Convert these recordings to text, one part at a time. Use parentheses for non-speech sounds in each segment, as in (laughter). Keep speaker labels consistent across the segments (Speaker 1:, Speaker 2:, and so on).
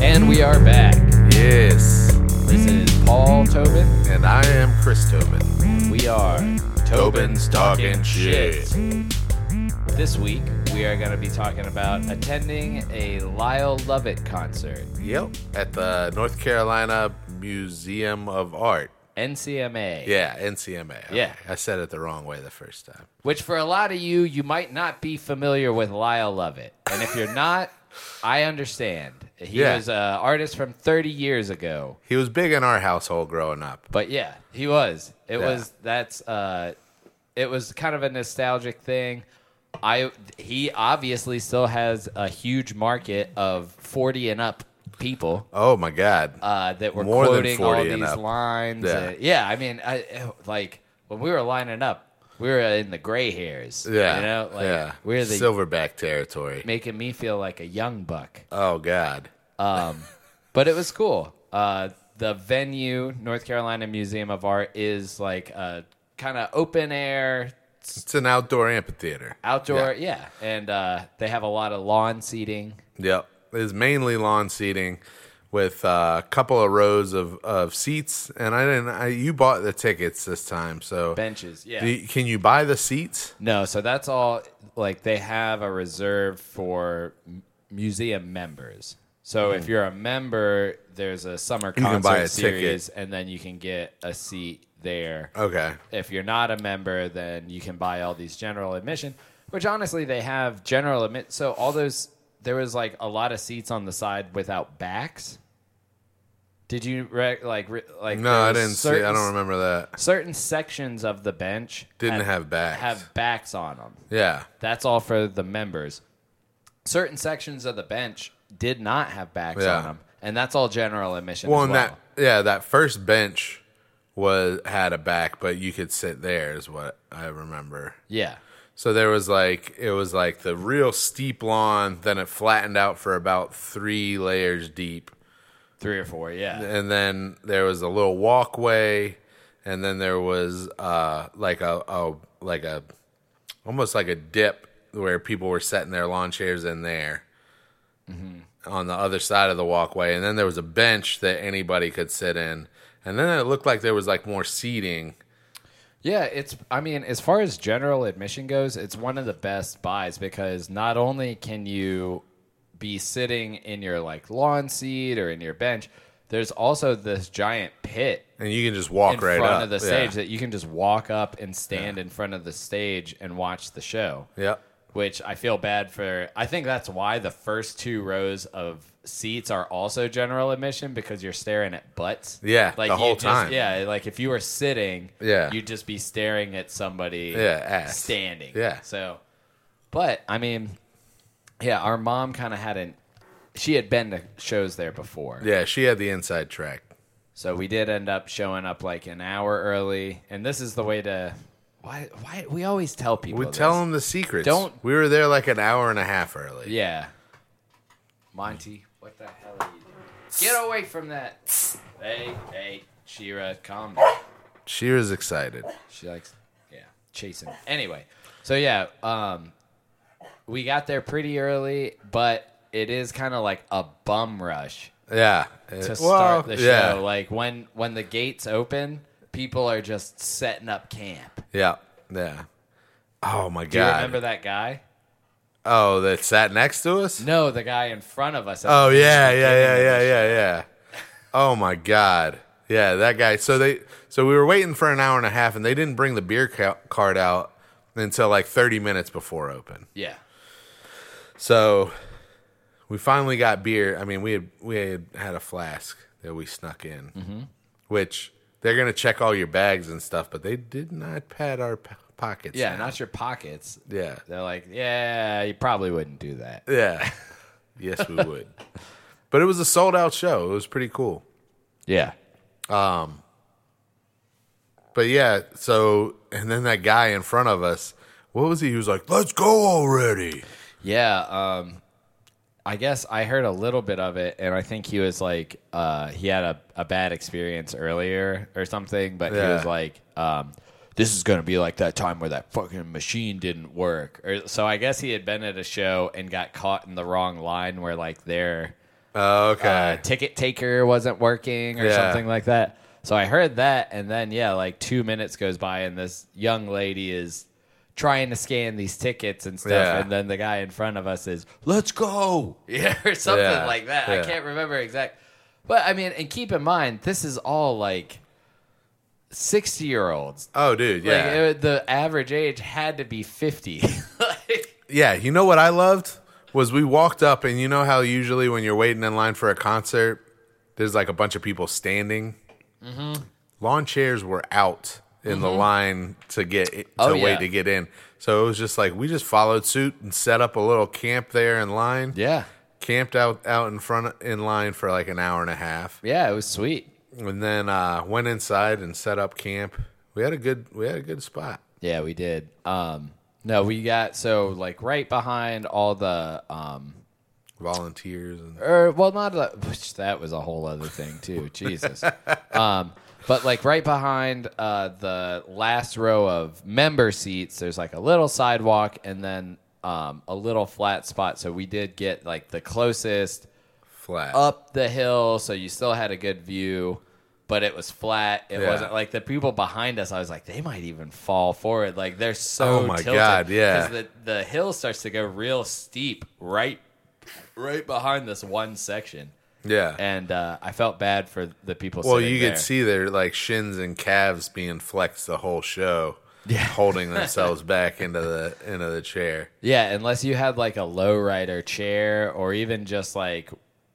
Speaker 1: And we are back.
Speaker 2: Yes.
Speaker 1: This is Paul Tobin.
Speaker 2: And I am Chris Tobin.
Speaker 1: We are
Speaker 2: Tobin's Talking Shit.
Speaker 1: This week, we are going to be talking about attending a Lyle Lovett concert,
Speaker 2: Yep. At the North Carolina Museum of Art.
Speaker 1: NCMA.
Speaker 2: Yeah, NCMA. Okay.
Speaker 1: Yeah.
Speaker 2: I said it the wrong way the first time.
Speaker 1: Which, for a lot of you, you might not be familiar with Lyle Lovett. And if you're not, I understand. He
Speaker 2: Yeah.
Speaker 1: was an artist from 30 years ago.
Speaker 2: He was big in our household growing up.
Speaker 1: But yeah, he was. It
Speaker 2: Yeah.
Speaker 1: was that's uh it was kind of a nostalgic thing. I he obviously still has a huge market of 40 and up people
Speaker 2: Oh my God.
Speaker 1: uh that were
Speaker 2: More than
Speaker 1: quoting all
Speaker 2: 40 and
Speaker 1: these
Speaker 2: up.
Speaker 1: lines.
Speaker 2: Yeah.
Speaker 1: Yeah, yeah I mean I like when we were lining up, we were in the gray hairs.
Speaker 2: yeah.
Speaker 1: You know, like
Speaker 2: yeah.
Speaker 1: we're the
Speaker 2: silverback territory.
Speaker 1: making me feel like a young buck.
Speaker 2: Oh God.
Speaker 1: but it was cool. Uh, the venue, North Carolina Museum of Art, is like a kind of open air s-
Speaker 2: It's an outdoor amphitheater.
Speaker 1: outdoor. Yeah, and uh, they have a lot of lawn seating.
Speaker 2: Yep. It's mainly lawn seating with uh, a couple of rows of, of seats. And I didn't, I, you bought the tickets this time. So
Speaker 1: Benches, yeah.
Speaker 2: Do you- can you buy the seats?
Speaker 1: No, so that's all. Like they have a reserve for m- museum members. So if you're a member, there's a summer concert
Speaker 2: Mm-hmm. can buy a ticket.
Speaker 1: series, and then you can get a seat there.
Speaker 2: Okay.
Speaker 1: if you're not a member, then you can buy all these general admission, which honestly they have general admit. So all those there was like a lot of seats on the side without backs. Did you re- like re- like?
Speaker 2: No,
Speaker 1: there
Speaker 2: I
Speaker 1: was
Speaker 2: didn't see. I
Speaker 1: certain-
Speaker 2: don't remember that.
Speaker 1: Certain sections of the bench
Speaker 2: Didn't
Speaker 1: had-
Speaker 2: have backs.
Speaker 1: Have backs on them.
Speaker 2: Yeah.
Speaker 1: That's all for the members. Certain sections of the bench did not have backs
Speaker 2: Yeah.
Speaker 1: on them, and that's all general admission.
Speaker 2: Well,
Speaker 1: as
Speaker 2: and that yeah, that first bench was had a back, but you could sit there is what I remember.
Speaker 1: yeah,
Speaker 2: So there was like it was like the real steep lawn, then it flattened out for about 3 layers deep.
Speaker 1: three or four. Yeah,
Speaker 2: and then there was a little walkway, and then there was uh, like a, a like a almost like a dip where people were setting their lawn chairs in there
Speaker 1: Mm-hmm.
Speaker 2: on the other side of the walkway, and then there was a bench that anybody could sit in, and then it looked like there was like more seating.
Speaker 1: Yeah, it's I mean, as far as general admission goes, it's one of the best buys because not only can you be sitting in your like lawn seat or in your bench, there's also this giant pit
Speaker 2: And you can just walk
Speaker 1: in
Speaker 2: right
Speaker 1: front
Speaker 2: up
Speaker 1: of the
Speaker 2: Yeah.
Speaker 1: stage that you can just walk up and stand in front of the stage and watch the show.
Speaker 2: Yep.
Speaker 1: Which I feel bad for. I think that's why the first two rows of seats are also general admission because you're staring at butts.
Speaker 2: Yeah, the
Speaker 1: you
Speaker 2: whole
Speaker 1: just-
Speaker 2: time.
Speaker 1: Yeah, like if you were sitting,
Speaker 2: Yeah.
Speaker 1: you'd just be staring at somebody.
Speaker 2: Yeah, ass.
Speaker 1: standing.
Speaker 2: Yeah.
Speaker 1: So, but I mean, yeah, our mom kind of hadn't. She had been to shows there before.
Speaker 2: Yeah, she had the inside track.
Speaker 1: So we did end up showing up like an hour early, and this is the way to. Why? Why we always tell people?
Speaker 2: We
Speaker 1: this.
Speaker 2: tell them the secrets.
Speaker 1: Don't-
Speaker 2: We were there like an hour and a half early.
Speaker 1: Yeah. Monty, what the hell are you doing? Get away from that! Hey, hey, Shira, calm down.
Speaker 2: She was excited.
Speaker 1: She likes, yeah, (laughs) chasing. Anyway, so yeah, um, we got there pretty early, but it is kind of like a bum rush
Speaker 2: Yeah.
Speaker 1: to
Speaker 2: Well,
Speaker 1: start the show.
Speaker 2: yeah.
Speaker 1: Like when when the gates open, people are just setting up camp.
Speaker 2: Yeah, yeah. Oh my god!
Speaker 1: Do you remember that guy?
Speaker 2: Oh, that sat next to us.
Speaker 1: No, the guy in front of us.
Speaker 2: Oh yeah, yeah, yeah, yeah, yeah, yeah. Oh my god! Yeah, that guy. So they, so we were waiting for an hour and a half, and they didn't bring the beer ca- cart out until like thirty minutes before open.
Speaker 1: yeah.
Speaker 2: So we finally got beer. I mean, we had we had had a flask that we snuck in,
Speaker 1: Mm-hmm.
Speaker 2: which they're gonna check all your bags and stuff, but they did not pad our p- pockets.
Speaker 1: Yeah,
Speaker 2: down.
Speaker 1: not your pockets.
Speaker 2: yeah.
Speaker 1: They're like, yeah, you probably wouldn't do that.
Speaker 2: Yeah. yes, we would. But it was a sold out show. It was pretty cool.
Speaker 1: Yeah.
Speaker 2: But yeah, so and then that guy in front of us, what was he? He was like, "Let's go already."
Speaker 1: Yeah, um, I guess I heard a little bit of it, and I think he was like, uh, he had a, a bad experience earlier or something, but he
Speaker 2: Yeah.
Speaker 1: was like, um, this is going to be like that time where that fucking machine didn't work. Or, so I guess he had been at a show and got caught in the wrong line where like their
Speaker 2: Oh,
Speaker 1: uh,
Speaker 2: okay.
Speaker 1: ticket taker wasn't working or
Speaker 2: Yeah.
Speaker 1: something like that. So I heard that, and then yeah, like two minutes goes by, and this young lady is trying to scan these tickets and stuff,
Speaker 2: Yeah.
Speaker 1: and then the guy in front of us is, "Let's go," (laughs) yeah, or something
Speaker 2: Yeah.
Speaker 1: like that. I
Speaker 2: Yeah.
Speaker 1: can't remember exact, but I mean, and keep in mind, this is all like sixty-year-olds.
Speaker 2: oh, dude. Yeah.
Speaker 1: Like it, the average age had to be fifty. (laughs) like,
Speaker 2: Yeah, you know what I loved was we walked up, and you know how usually when you're waiting in line for a concert, there's like a bunch of people standing.
Speaker 1: Mm-hmm.
Speaker 2: Lawn chairs were out in the line to get to
Speaker 1: Oh,
Speaker 2: wait
Speaker 1: yeah.
Speaker 2: to get in, so it was just like we just followed suit and set up a little camp there in line.
Speaker 1: yeah,
Speaker 2: Camped out out in front in line for like an hour and a half,
Speaker 1: yeah, it was sweet.
Speaker 2: and then uh, went inside and set up camp. We had a good we had a good spot.
Speaker 1: Yeah, we did. Um, no, we got so like right behind all the um,
Speaker 2: Volunteers and
Speaker 1: or well, not the, which that was a whole other thing too. Jesus. Um, but like right behind uh, the last row of member seats, there's like a little sidewalk and then um, a little flat spot. So we did get like the closest
Speaker 2: flat.
Speaker 1: up the hill, so you still had a good view, but it was flat. It
Speaker 2: Yeah.
Speaker 1: wasn't like the people behind us. I was like, they might even fall forward. Like they're so.
Speaker 2: Oh my
Speaker 1: tilted.
Speaker 2: God, yeah.
Speaker 1: 'Cause the the hill starts to go real steep right, right behind this one section,
Speaker 2: yeah,
Speaker 1: and uh, I felt bad for the people.
Speaker 2: Well,
Speaker 1: sitting
Speaker 2: you
Speaker 1: there.
Speaker 2: could see their like shins and calves being flexed the whole show,
Speaker 1: (laughs)
Speaker 2: holding themselves back into the into the chair.
Speaker 1: Yeah, unless you had like a lowrider chair or even just like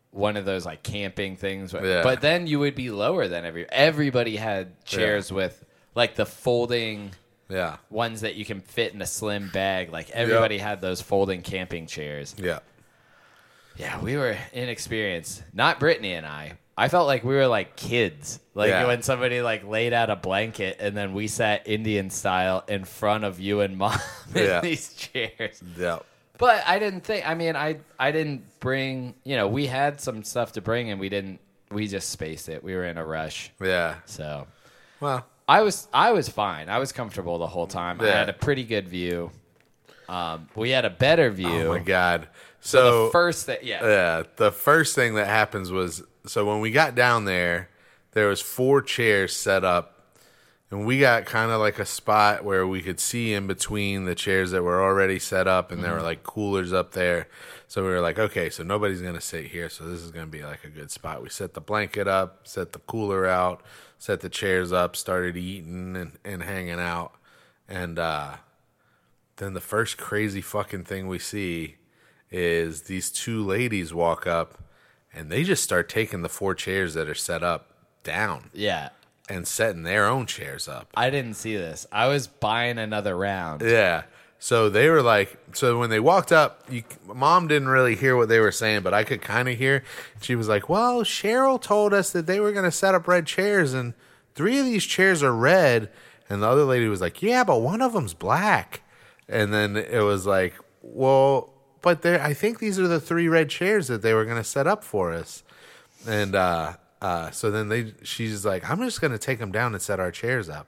Speaker 1: one of those like camping things.
Speaker 2: Yeah.
Speaker 1: But then you would be lower than every everybody had chairs with like the folding
Speaker 2: Yeah,
Speaker 1: ones that you can fit in a slim bag. Like everybody had those folding camping chairs.
Speaker 2: yeah,
Speaker 1: Yeah, we were inexperienced. Not Brittany and I. I felt like we were like kids. Like
Speaker 2: Yeah.
Speaker 1: when somebody like laid out a blanket and then we sat Indian style in front of you and mom (laughs) in
Speaker 2: Yeah.
Speaker 1: these chairs.
Speaker 2: yeah,
Speaker 1: But I didn't think. I mean, I I didn't bring. You know, we had some stuff to bring, and we didn't. We just spaced it. We were in a rush,
Speaker 2: yeah.
Speaker 1: so
Speaker 2: Well,
Speaker 1: I was I was fine. I was comfortable the whole time. I
Speaker 2: Yeah.
Speaker 1: had a pretty good view. Um, we had a better view.
Speaker 2: oh my god.
Speaker 1: the
Speaker 2: So uh,
Speaker 1: first that yeah
Speaker 2: yeah, the first thing that happens was so when we got down there, there was four chairs set up, and we got kind of like a spot where we could see in between the chairs that were already set up, and there were like coolers up there. So we were like, okay, so nobody's gonna sit here, so this is gonna be like a good spot. We set the blanket up, set the cooler out, set the chairs up, started eating and, and hanging out, and uh, then the first crazy fucking thing we see is these two ladies walk up and they just start taking the four chairs that are set up down
Speaker 1: yeah.
Speaker 2: and setting their own chairs up.
Speaker 1: I didn't see this. I was buying another round.
Speaker 2: Yeah. So they were like, so when they walked up, you, mom didn't really hear what they were saying, but I could kind of hear. She was like, well, Cheryl told us that they were going to set up red chairs, and three of these chairs are red. And the other lady was like, yeah, but one of them's black. And then it was like, well, but there, I think these are the three red chairs that they were going to set up for us. And uh, uh, so then they, she's like, I'm just gonna take them down and set our chairs up.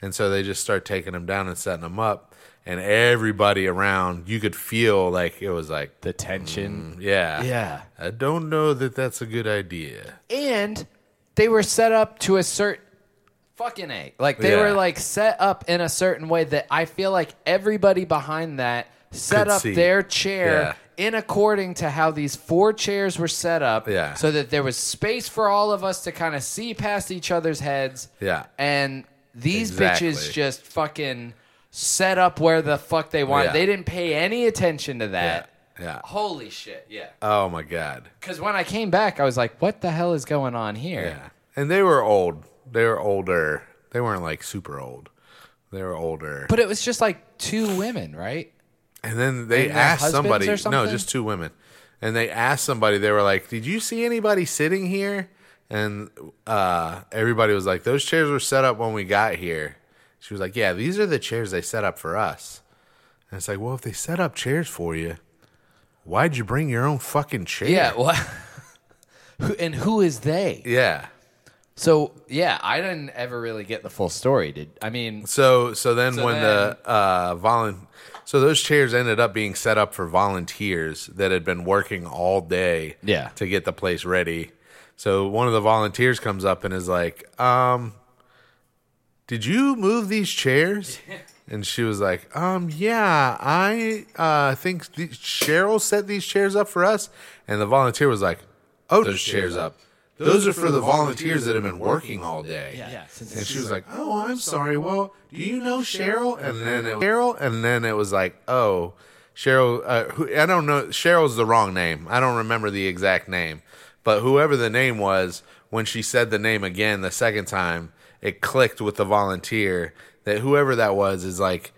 Speaker 2: And so they just start taking them down and setting them up. And everybody around, you could feel like it was like,
Speaker 1: The tension.
Speaker 2: yeah,
Speaker 1: Yeah.
Speaker 2: I don't know that that's a good idea.
Speaker 1: and they were set up to a certain fucking a like they
Speaker 2: Yeah.
Speaker 1: were like set up in a certain way that i feel like everybody behind that set
Speaker 2: Could
Speaker 1: up
Speaker 2: see.
Speaker 1: their chair in according to how these four chairs were set up
Speaker 2: Yeah.
Speaker 1: so that there was space for all of us to kind of see past each other's heads
Speaker 2: Yeah.
Speaker 1: and these bitches
Speaker 2: Exactly.
Speaker 1: just fucking set up where the fuck they want
Speaker 2: Yeah.
Speaker 1: they didn't pay any attention to
Speaker 2: Yeah,
Speaker 1: that
Speaker 2: yeah.
Speaker 1: holy shit yeah
Speaker 2: Oh my god,
Speaker 1: because when i came back i was like what the hell is going on here
Speaker 2: yeah. And they were old. They were older. They weren't like super old. They were older.
Speaker 1: But it was just like two women, right?
Speaker 2: And then they
Speaker 1: And their
Speaker 2: asked
Speaker 1: husbands
Speaker 2: somebody,
Speaker 1: or
Speaker 2: no,
Speaker 1: something?
Speaker 2: just two women. And they asked somebody, they were like, Did you see anybody sitting here? And uh, everybody was like, Those chairs were set up when we got here. She was like, Yeah, these are the chairs they set up for us. And it's like, Well, if they set up chairs for you, why'd you bring your own fucking chair?
Speaker 1: Yeah. Well, (laughs) who, and who is they?
Speaker 2: Yeah.
Speaker 1: So yeah, I didn't ever really get the full story. Did I mean?
Speaker 2: So so then
Speaker 1: So
Speaker 2: when
Speaker 1: then-
Speaker 2: the uh volun so those chairs ended up being set up for volunteers that had been working all day
Speaker 1: Yeah.
Speaker 2: to get the place ready. So one of the volunteers comes up and is like, um did you move these (laughs) chairs? And she was like, um, yeah, I uh, think th- Cheryl set these chairs up for us. And the volunteer was like, oh, those chairs up. Those are for the volunteers that have been working all day.
Speaker 1: Yeah. Since
Speaker 2: And she was like, "Oh, I'm sorry. Well, do you know Cheryl?" And then it Cheryl, and then it was like, "Oh, Cheryl. Uh, who, I don't know. Cheryl's the wrong name. I don't remember the exact name, but whoever the name was, when she said the name again the second time, it clicked with the volunteer that whoever that was is like."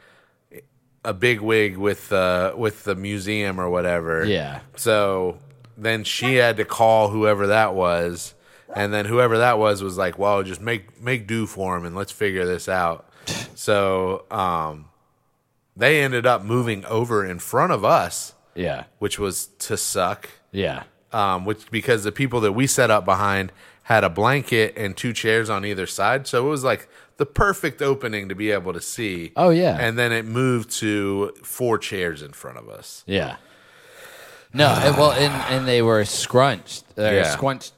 Speaker 2: A big wig with the with the museum or whatever.
Speaker 1: Yeah.
Speaker 2: So then she had to call whoever that was, and then whoever that was was like, "Well, just make make do for him, and let's figure
Speaker 1: (laughs)
Speaker 2: this out." so um, they ended up moving over in front of us,
Speaker 1: Yeah.
Speaker 2: which was to suck.
Speaker 1: Yeah.
Speaker 2: Um, which because the people that we set up behind had a blanket and two chairs on either side, so it was like the perfect opening to be able to see.
Speaker 1: Oh, yeah.
Speaker 2: And then it moved to four chairs in front of us.
Speaker 1: Yeah. No, and- well, and, and they were scrunched, or
Speaker 2: Yeah.
Speaker 1: squunched,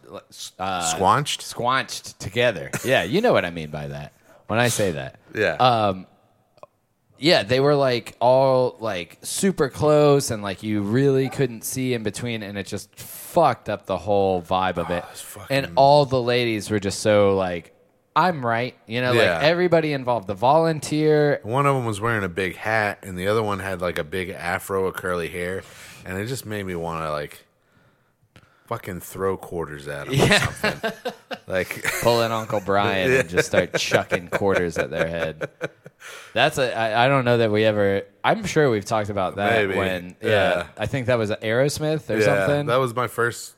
Speaker 1: uh,
Speaker 2: Squanched?
Speaker 1: squanched together. Yeah, you know what I mean by that when I say that.
Speaker 2: Yeah.
Speaker 1: Yeah, they were like all like super close, and like you really couldn't see in between, and it just fucked up the whole vibe of it.
Speaker 2: it's Ah, fucking-
Speaker 1: and all the ladies were just so like, "I'm right," you know,
Speaker 2: Yeah.
Speaker 1: like everybody involved, the
Speaker 2: (laughs)
Speaker 1: volunteer.
Speaker 2: One of them was wearing a big hat, and the other one had like a big afro with curly hair, and it just made me want to like fucking throw quarters at him
Speaker 1: (laughs)
Speaker 2: or something. like,
Speaker 1: pull in Uncle Brian and just start chucking quarters at their
Speaker 2: (laughs)
Speaker 1: head. That's a. I, I don't know that we ever. I'm sure we've talked about that
Speaker 2: Maybe.
Speaker 1: when. Yeah,
Speaker 2: Yeah.
Speaker 1: I think that was Aerosmith or
Speaker 2: yeah,
Speaker 1: something.
Speaker 2: that was my first.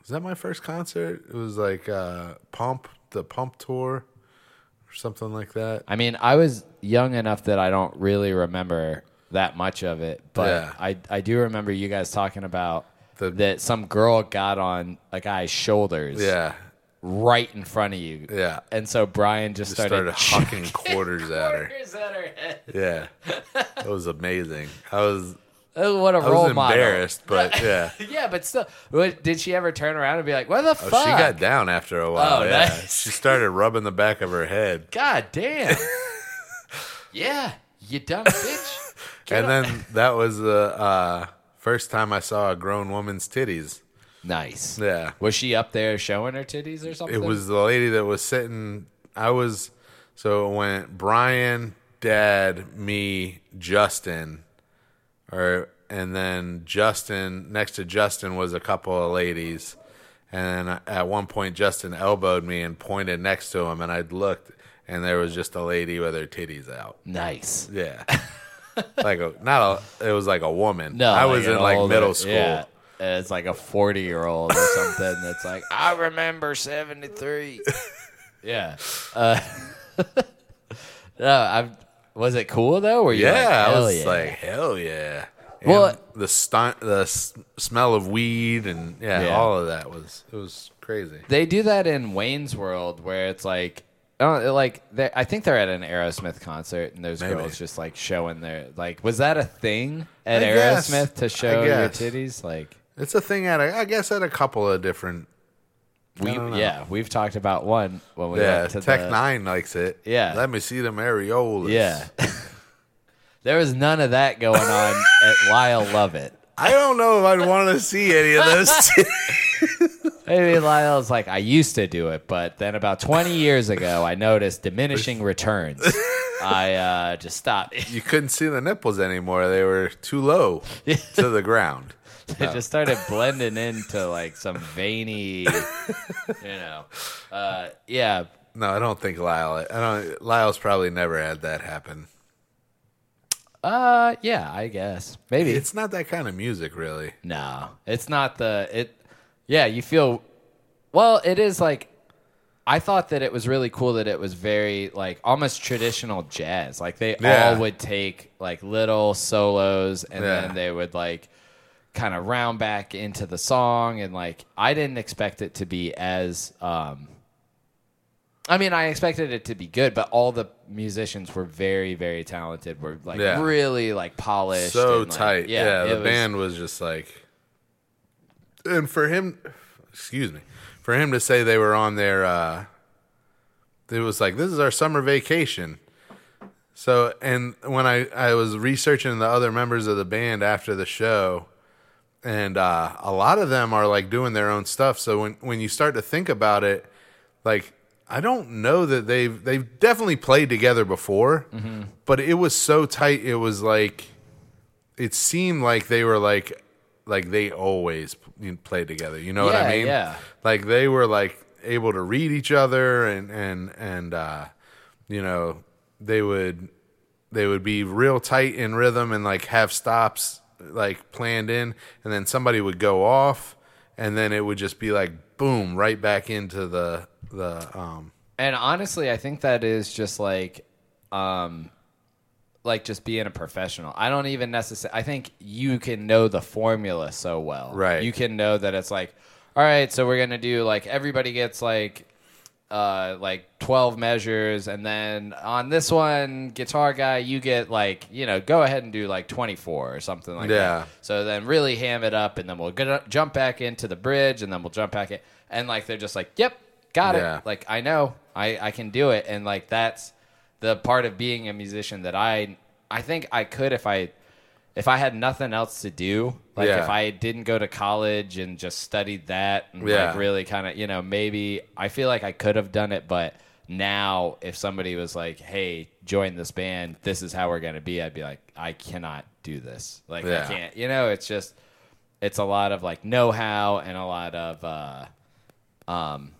Speaker 2: Was that my first concert? It was like uh, Pump, the Pump tour, or something like that.
Speaker 1: I mean, I was young enough that I don't really remember that much of it, but
Speaker 2: Yeah.
Speaker 1: I I do remember you guys talking about.
Speaker 2: The-
Speaker 1: that some girl got on a guy's shoulders
Speaker 2: Yeah,
Speaker 1: right in front of you.
Speaker 2: Yeah.
Speaker 1: And so Brian just,
Speaker 2: just started
Speaker 1: started, (laughs)
Speaker 2: hucking quarters at her.
Speaker 1: quarters at her head.
Speaker 2: Yeah, that was amazing. I was
Speaker 1: Oh, what a
Speaker 2: I
Speaker 1: role
Speaker 2: was
Speaker 1: model.
Speaker 2: embarrassed,
Speaker 1: (laughs)
Speaker 2: but yeah.
Speaker 1: Yeah, but still, what, did she ever turn around and be like, "What the
Speaker 2: Oh,
Speaker 1: fuck?"
Speaker 2: she got down after a while.
Speaker 1: Oh,
Speaker 2: yeah.
Speaker 1: nice.
Speaker 2: She started rubbing the back of her head.
Speaker 1: God
Speaker 2: (laughs)
Speaker 1: damn. yeah, you dumb
Speaker 2: (laughs)
Speaker 1: bitch.
Speaker 2: and then that was the uh, first time I saw a grown woman's titties.
Speaker 1: Nice.
Speaker 2: Yeah.
Speaker 1: Was she up there showing her titties or something?
Speaker 2: It was the lady that was sitting. I was. So it went Brian, Dad, me, Justin, or and then Justin. Next to Justin was a couple of ladies, and then at one point Justin elbowed me and pointed next to him, and I looked, and there was just a lady with her titties out.
Speaker 1: nice.
Speaker 2: Yeah. (laughs) like a, not a, it was like a woman.
Speaker 1: No,
Speaker 2: I was
Speaker 1: an
Speaker 2: in like
Speaker 1: older-
Speaker 2: middle school.
Speaker 1: yeah. And It's like a forty-year-old or something that's
Speaker 2: (laughs)
Speaker 1: like, I remember seventy-three. yeah. Uh, (laughs) no, I was it cool though? Were you
Speaker 2: Yeah,
Speaker 1: like,
Speaker 2: I
Speaker 1: "Hell
Speaker 2: was
Speaker 1: yeah.
Speaker 2: like, hell yeah. And
Speaker 1: Well-
Speaker 2: the stunt, the s- smell of weed, and yeah,
Speaker 1: Yeah.
Speaker 2: all of that was it was crazy.
Speaker 1: They do that in Wayne's World where it's like, oh, like they're- I think they're at an Aerosmith concert and those
Speaker 2: Maybe.
Speaker 1: girls just like showing their like. Was that a thing at
Speaker 2: I guess.
Speaker 1: Aerosmith to
Speaker 2: I
Speaker 1: show your
Speaker 2: guess.
Speaker 1: titties? Like
Speaker 2: It's a thing at a, I guess at a couple of different.
Speaker 1: we,
Speaker 2: don't know.
Speaker 1: yeah, we've talked about one when we
Speaker 2: yeah,
Speaker 1: went to
Speaker 2: Tech
Speaker 1: the,
Speaker 2: Nine likes it.
Speaker 1: Yeah.
Speaker 2: let me see the areolas.
Speaker 1: Yeah, (laughs) there was none of that going on at Lyle Lovett.
Speaker 2: I don't know if I'd want to see any of those.
Speaker 1: Maybe Lyle's like, I used to do it, but then about 20 years ago, I noticed diminishing returns. I uh, just stopped.
Speaker 2: (laughs) you couldn't see the nipples anymore; they were too low to the ground.
Speaker 1: (laughs) It just started blending into like some veiny, you know. Uh, yeah,
Speaker 2: No, I don't think Lyle. I don't. Lyle's probably never had that happen.
Speaker 1: uh, yeah. I guess maybe
Speaker 2: It's not that kind of music, really.
Speaker 1: no. It's not the it. Yeah, you feel. Well, it is like. I thought that it was really cool that it was very like almost traditional jazz. Like they
Speaker 2: Yeah.
Speaker 1: all would take like little solos and
Speaker 2: Yeah.
Speaker 1: then they would like kind of round back into the song and like I didn't expect it to be as um I mean I expected it to be good but all the musicians were very very talented were like
Speaker 2: Yeah.
Speaker 1: really like polished
Speaker 2: so
Speaker 1: and, like,
Speaker 2: tight. yeah,
Speaker 1: it
Speaker 2: the
Speaker 1: was-
Speaker 2: band was just like, and for him, excuse me, for him to say they were on their, uh, it was like this is our summer vacation. So, and when I I was researching the other members of the band after the show, and uh, a lot of them are like doing their own stuff. So when when you start to think about it, like I don't know that they've they've definitely played together before,
Speaker 1: Mm-hmm.
Speaker 2: but it was so tight. It was like it seemed like they were like like they always p- played together. You know what
Speaker 1: Yeah,
Speaker 2: I mean?
Speaker 1: yeah.
Speaker 2: Like they were like able to read each other and and and uh, you know they would they would be real tight in rhythm and like have stops like planned in and then somebody would go off and then it would just be like boom right back into the the um
Speaker 1: And honestly, I think that is just like, um, like just being a professional. I don't even necessarily. I think you can know the formula so well.
Speaker 2: Right.
Speaker 1: You can know that it's like, all right, so we're gonna do like everybody gets like, uh, like twelve measures, and then on this one, guitar guy, you get like, you know, go ahead and do like twenty four or something like
Speaker 2: Yeah.
Speaker 1: that. So then really ham it up, and then we'll get, jump back into the bridge, and then we'll jump back in, and like they're just like, yep, got
Speaker 2: Yeah.
Speaker 1: it. Like I know I I can do it, and like that's the part of being a musician that I I think I could if I if I had nothing else to do, like
Speaker 2: Yeah.
Speaker 1: if I didn't go to college and just studied that and
Speaker 2: Yeah.
Speaker 1: like really kind of you know maybe I feel like I could have done it, but now if somebody was like, hey, join this band, this is how we're gonna be, I'd be like, I cannot do this, like
Speaker 2: Yeah.
Speaker 1: I can't, you know, it's just it's a lot of like know how and a lot of uh um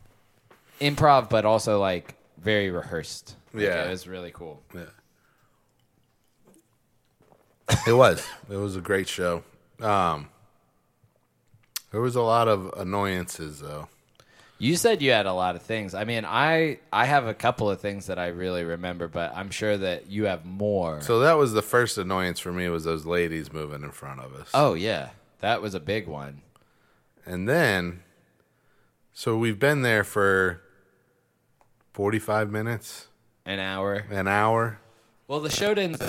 Speaker 1: improv but also like very rehearsed. Like,
Speaker 2: Yeah.
Speaker 1: it was really cool.
Speaker 2: it was it was a great show um there was a lot of annoyances though
Speaker 1: You said you had a lot of things. I mean, I I have a couple of things that I really remember, but I'm sure that you have more.
Speaker 2: so that was the first annoyance for me was those ladies moving in front of us
Speaker 1: oh yeah, that was a big one.
Speaker 2: and then so we've been there for 45 minutes
Speaker 1: An hour.
Speaker 2: an hour
Speaker 1: Well, the show didn't.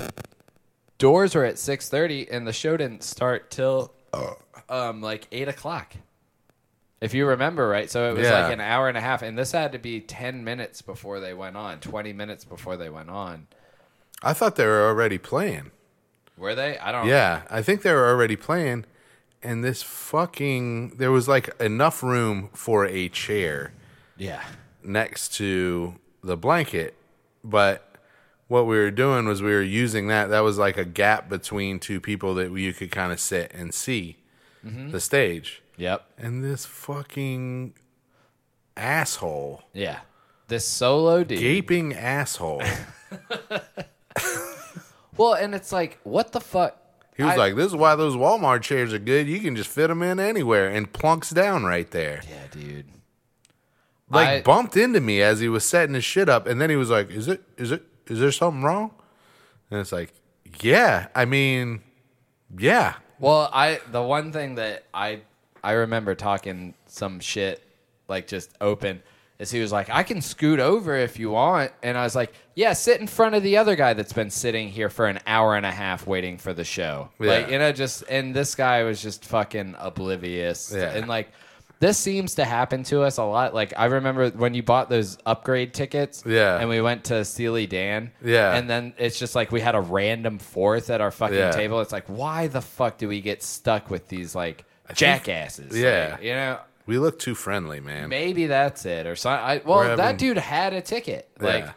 Speaker 1: Doors were at six thirty, and the show didn't start till um like eight o'clock. If you remember right, so it was
Speaker 2: Yeah.
Speaker 1: like an hour and a half, and this had to be ten minutes before they went on, twenty minutes before they went on.
Speaker 2: i thought they were already playing
Speaker 1: Were they? I don't.
Speaker 2: Yeah, I think they were already playing, and this fucking there was like enough room for a chair
Speaker 1: Yeah.
Speaker 2: next to the blanket, but what we were doing was we were using that. That was like a gap between two people that you could kind of sit and see the stage.
Speaker 1: Yep.
Speaker 2: And this fucking asshole,
Speaker 1: Yeah. This solo dude. (laughs)
Speaker 2: gaping asshole,
Speaker 1: Well, and it's like, what the fuck?
Speaker 2: he was
Speaker 1: I-
Speaker 2: like, "This is why those Walmart chairs are good. You can just fit them in anywhere." And plunks down right there.
Speaker 1: Yeah, dude.
Speaker 2: like
Speaker 1: I-
Speaker 2: bumped into me as he was setting his shit up, and then he was like, "Is it? Is it? Is there something wrong?" And it's like, "Yeah, I mean, yeah,
Speaker 1: Well, I the one thing that I I remember talking some shit like just open is he was like, I can scoot over if you want, and I was like, Yeah, sit in front of the other guy that's been sitting here for an hour and a half waiting for the show. Like
Speaker 2: Yeah.
Speaker 1: you know, just and this guy was just fucking oblivious
Speaker 2: Yeah.
Speaker 1: and like. This seems to happen to us a lot. Like I remember when you bought those upgrade tickets,
Speaker 2: Yeah.
Speaker 1: and we went to Steely Dan,
Speaker 2: Yeah.
Speaker 1: and then it's just like we had a random fourth at our fucking
Speaker 2: Yeah.
Speaker 1: table people, it's like, why the fuck do we get stuck with these like
Speaker 2: think-
Speaker 1: jackasses?
Speaker 2: Yeah.
Speaker 1: Like, you know,
Speaker 2: we look too friendly, man."
Speaker 1: maybe that's it or something. I, well,
Speaker 2: We're having-
Speaker 1: that dude had a ticket, like,
Speaker 2: Yeah.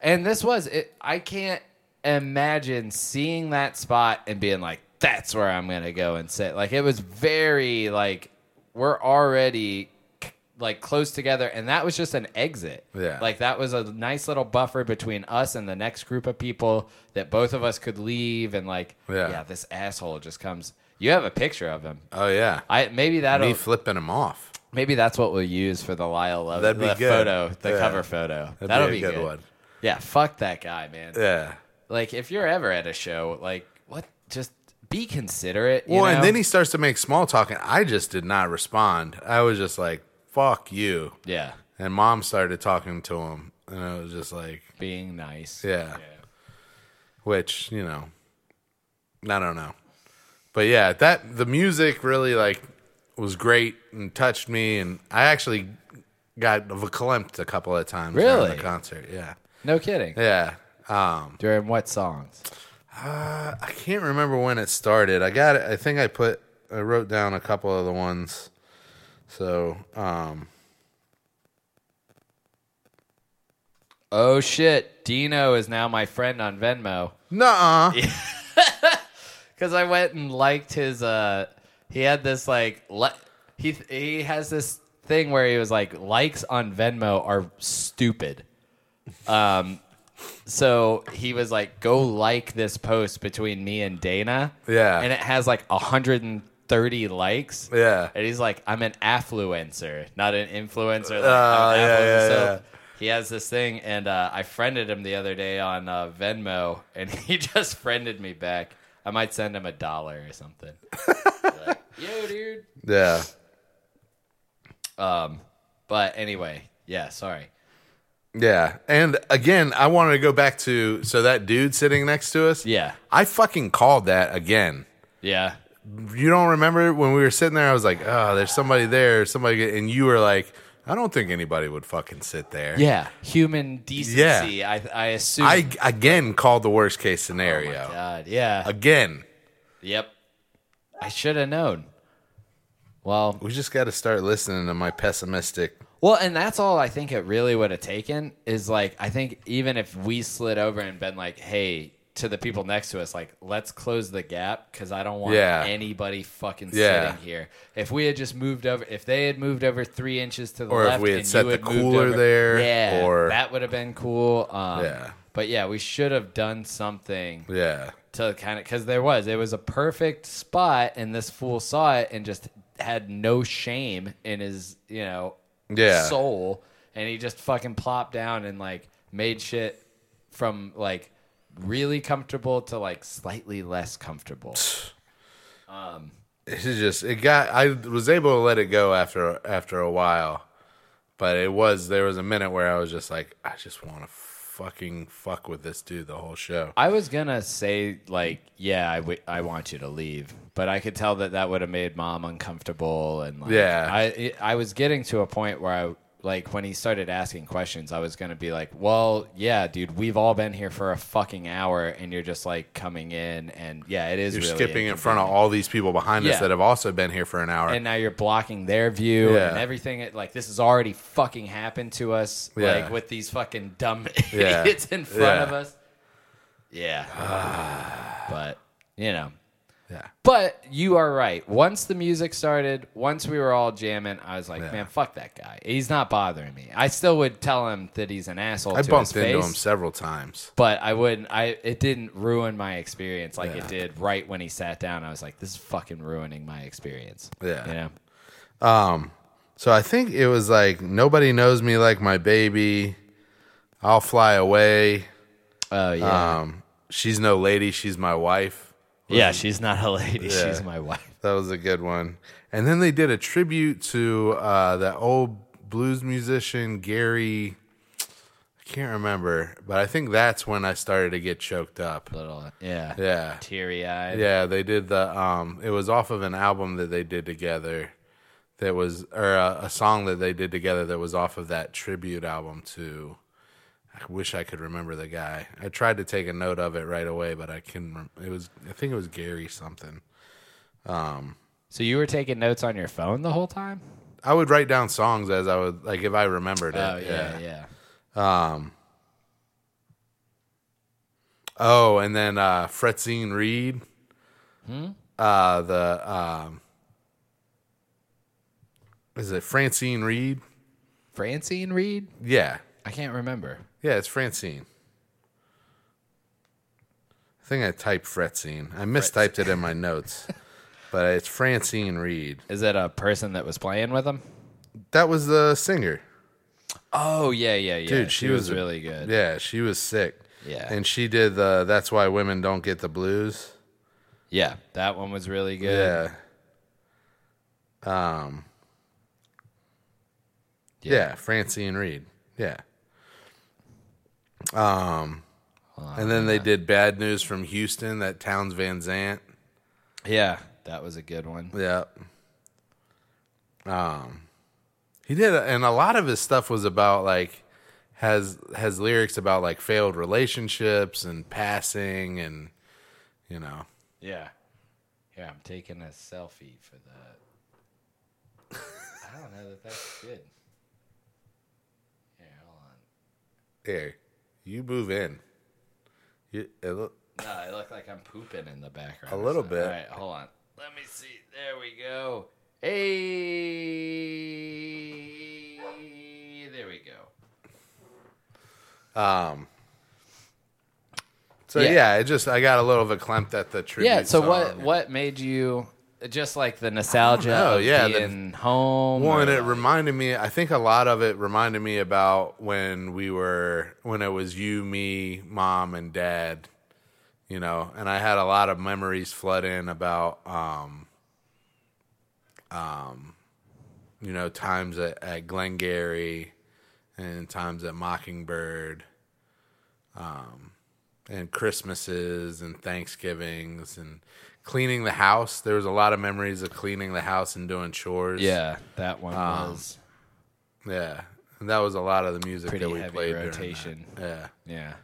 Speaker 1: and this was it. I can't imagine seeing that spot and being like, that's where I'm gonna go and sit. Like, it was very like we're already c- like close together, and that was just an exit.
Speaker 2: Yeah.
Speaker 1: like that was a nice little buffer between us and the next group of people that both of us could leave, and like,
Speaker 2: Yeah.
Speaker 1: yeah this asshole just comes. You have a picture of him.
Speaker 2: Oh yeah,
Speaker 1: I maybe that'll
Speaker 2: me flipping him off.
Speaker 1: Maybe that's what we'll use for the Lyle Love
Speaker 2: That'd be
Speaker 1: the
Speaker 2: good.
Speaker 1: photo, the
Speaker 2: Yeah.
Speaker 1: cover photo.
Speaker 2: That'd
Speaker 1: That'll
Speaker 2: be a good
Speaker 1: good.
Speaker 2: one.
Speaker 1: Yeah, fuck that guy, man.
Speaker 2: Yeah,
Speaker 1: Like if you're ever at a show, like what just be considerate. You
Speaker 2: Well,
Speaker 1: know?
Speaker 2: and then he starts to make small talk, and I just did not respond. I was just like, "Fuck you."
Speaker 1: yeah,
Speaker 2: And mom started talking to him, and I was just like,
Speaker 1: being nice.
Speaker 2: "Yeah,", which you know, I don't know, but yeah, that the music really like was great and touched me, and I actually got verklempt a couple of times during
Speaker 1: Really?
Speaker 2: the concert. Yeah,
Speaker 1: No kidding.
Speaker 2: yeah. Um,
Speaker 1: During what songs?
Speaker 2: I can't remember when it started. I got it. I think I put I wrote down a couple of the ones. So, um
Speaker 1: Oh shit, Dino is now my friend on Venmo
Speaker 2: nuh
Speaker 1: because I went and liked his. uh He had this like li- he he has this thing where he was like likes on Venmo are stupid. Um, so he was like, go like this post between me and Dana.
Speaker 2: Yeah.
Speaker 1: and it has like hundred and thirty likes.
Speaker 2: Yeah.
Speaker 1: And he's like, I'm an affluencer, not an influencer. Like,
Speaker 2: Ah,
Speaker 1: I'm an
Speaker 2: yeah,
Speaker 1: affluencer.
Speaker 2: yeah,
Speaker 1: So
Speaker 2: yeah.
Speaker 1: He has this thing, and uh, I friended him the other day on uh, Venmo, and (laughs) he just friended me back. I might send him a dollar or something.
Speaker 2: (laughs)
Speaker 1: Like, Yo, dude.
Speaker 2: Yeah.
Speaker 1: But anyway, yeah, sorry.
Speaker 2: Yeah. And again, I wanted to go back to so that dude sitting next to us.
Speaker 1: Yeah,
Speaker 2: I fucking called that again.
Speaker 1: yeah,
Speaker 2: You don't remember when we were sitting there I was like, "Oh, there's somebody there, somebody get-" and you were like, "I don't think anybody would fucking sit there."
Speaker 1: yeah. Human decency. I I assume.
Speaker 2: I again called the worst case
Speaker 1: Oh my
Speaker 2: scenario.
Speaker 1: God. Yeah.
Speaker 2: again.
Speaker 1: Yep. I should have known. Well,
Speaker 2: We just got to start listening to my pessimistic
Speaker 1: Well, and that's all I think it really would have taken is like I think even if we slid over and been like, "Hey," to the people next to us, like, "Let's close the gap," because I don't want
Speaker 2: Yeah.
Speaker 1: anybody fucking
Speaker 2: Yeah.
Speaker 1: sitting here. If we had just moved over, if they had moved over three inches to the
Speaker 2: Or if
Speaker 1: left,
Speaker 2: we had
Speaker 1: and
Speaker 2: set
Speaker 1: you
Speaker 2: the
Speaker 1: moved
Speaker 2: cooler
Speaker 1: over-
Speaker 2: there,
Speaker 1: yeah,
Speaker 2: or-
Speaker 1: that would have been cool. Um,
Speaker 2: Yeah.
Speaker 1: but yeah, we should have done something
Speaker 2: Yeah.
Speaker 1: to kind of because there was it was a perfect spot, and this fool saw it and just had no shame in his you know
Speaker 2: Yeah.
Speaker 1: soul and he just fucking plopped down and like made shit from like really comfortable to like slightly less
Speaker 2: (sighs)
Speaker 1: comfortable
Speaker 2: It's just it got I was able to let it go after after a while. But it was there was a minute where I was just like, I just wanna fucking fuck with this dude the whole show.
Speaker 1: i was gonna say like yeah I wi- I want you to leave but i could tell that that would have made mom uncomfortable and like
Speaker 2: Yeah.
Speaker 1: i it- i was getting to a point where i like when he started asking questions i was gonna be like well yeah dude we've all been here for a fucking hour and you're just like coming in and yeah it is
Speaker 2: You're
Speaker 1: really
Speaker 2: skipping in front of all these people behind
Speaker 1: Yeah.
Speaker 2: us that have also been here for an hour.
Speaker 1: and now you're blocking their view
Speaker 2: Yeah.
Speaker 1: and everything. It- Like this has already fucking happened to us.
Speaker 2: Yeah.
Speaker 1: Like with these fucking dumb (laughs)
Speaker 2: Yeah.
Speaker 1: idiots in front
Speaker 2: Yeah.
Speaker 1: of us. Yeah. but you know.
Speaker 2: yeah.
Speaker 1: But you are right. Once the music started, once we were all jamming, I was like,
Speaker 2: Yeah.
Speaker 1: man, fuck that guy. He's not bothering me. I still would tell him that he's an asshole.
Speaker 2: I
Speaker 1: to
Speaker 2: bumped
Speaker 1: his face
Speaker 2: into him several times.
Speaker 1: but I wouldn't. I it didn't ruin my experience like
Speaker 2: Yeah.
Speaker 1: it did right when he sat down. I was like, this is fucking ruining my experience.
Speaker 2: Yeah.
Speaker 1: you know,
Speaker 2: So I think it was like nobody knows me like my baby. I'll fly away.
Speaker 1: oh yeah,
Speaker 2: Um, she's no lady, she's my wife.
Speaker 1: yeah. She's not a lady.
Speaker 2: Yeah.
Speaker 1: She's my wife.
Speaker 2: That was a good one. And then they did a tribute to uh, that old blues musician Gary. I can't remember, but I think that's when I started to get choked up.
Speaker 1: (laughs) Little yeah,
Speaker 2: Yeah,
Speaker 1: teary eyed.
Speaker 2: yeah. They did the. Um, it was off of an album that they did together. That was or a, a song that they did together that was off of that tribute album to. I wish I could remember the guy. I tried to take a note of it right away, but I couldn't. rem- It was I think it was Gary something.
Speaker 1: So you were taking notes on your phone the whole time?
Speaker 2: I would write down songs as I would like if I remembered it.
Speaker 1: Oh
Speaker 2: yeah.
Speaker 1: yeah, yeah.
Speaker 2: Oh, and then uh Fretzine Reed.
Speaker 1: Hmm?
Speaker 2: Uh the um is it Francine Reed?
Speaker 1: Francine Reed?
Speaker 2: Yeah.
Speaker 1: I can't remember.
Speaker 2: Yeah, it's Francine. I think I typed Fretzine. I mistyped it in
Speaker 1: (laughs)
Speaker 2: my notes. But it's Francine Reed.
Speaker 1: Is it a person that was playing with him?
Speaker 2: That was the singer.
Speaker 1: Oh yeah, yeah, yeah.
Speaker 2: Dude,
Speaker 1: she,
Speaker 2: she
Speaker 1: was,
Speaker 2: was a-
Speaker 1: really good.
Speaker 2: Yeah, she was sick.
Speaker 1: Yeah.
Speaker 2: And she did the That's Why Women Don't Get the Blues.
Speaker 1: Yeah, that one was really good.
Speaker 2: Yeah. Um. Yeah. Francine Reed. Yeah. Um, and then they did "Bad News from Houston." That Towns Van Zant.
Speaker 1: Yeah, that was a good one.
Speaker 2: Yeah. Um. He did, and a lot of his stuff was about like has has lyrics about like failed relationships and passing and you know
Speaker 1: Yeah. Here, I'm taking a selfie for (laughs) that. I don't know that that's good. Here, hold on.
Speaker 2: here you move in. You, it look,
Speaker 1: No, I look like I'm pooping in the background.
Speaker 2: A little
Speaker 1: So-
Speaker 2: bit.
Speaker 1: All right, hold on. Let me see. There we go. Hey, there we go.
Speaker 2: Um. So
Speaker 1: Yeah.
Speaker 2: yeah. I just I got a little bit clamped at the tribute.
Speaker 1: Yeah. So what?
Speaker 2: song.
Speaker 1: What made you? Just like the nostalgia
Speaker 2: know,
Speaker 1: of
Speaker 2: yeah, the-
Speaker 1: being home.
Speaker 2: Well, and
Speaker 1: or
Speaker 2: it
Speaker 1: like-
Speaker 2: reminded me. I think a lot of it reminded me about when we were when it was you, me, mom, and dad. You know, and I had a lot of memories flood in about, um, um, you know, times at, at Glengarry and times at Mockingbird, um, and Christmases and Thanksgivings and cleaning the house. There was a lot of memories of cleaning the house and doing chores.
Speaker 1: yeah, that one
Speaker 2: Um,
Speaker 1: was
Speaker 2: Yeah, and that was a lot of the music
Speaker 1: pretty
Speaker 2: that we
Speaker 1: heavy
Speaker 2: played. during that.
Speaker 1: rotation.
Speaker 2: Yeah.
Speaker 1: Yeah.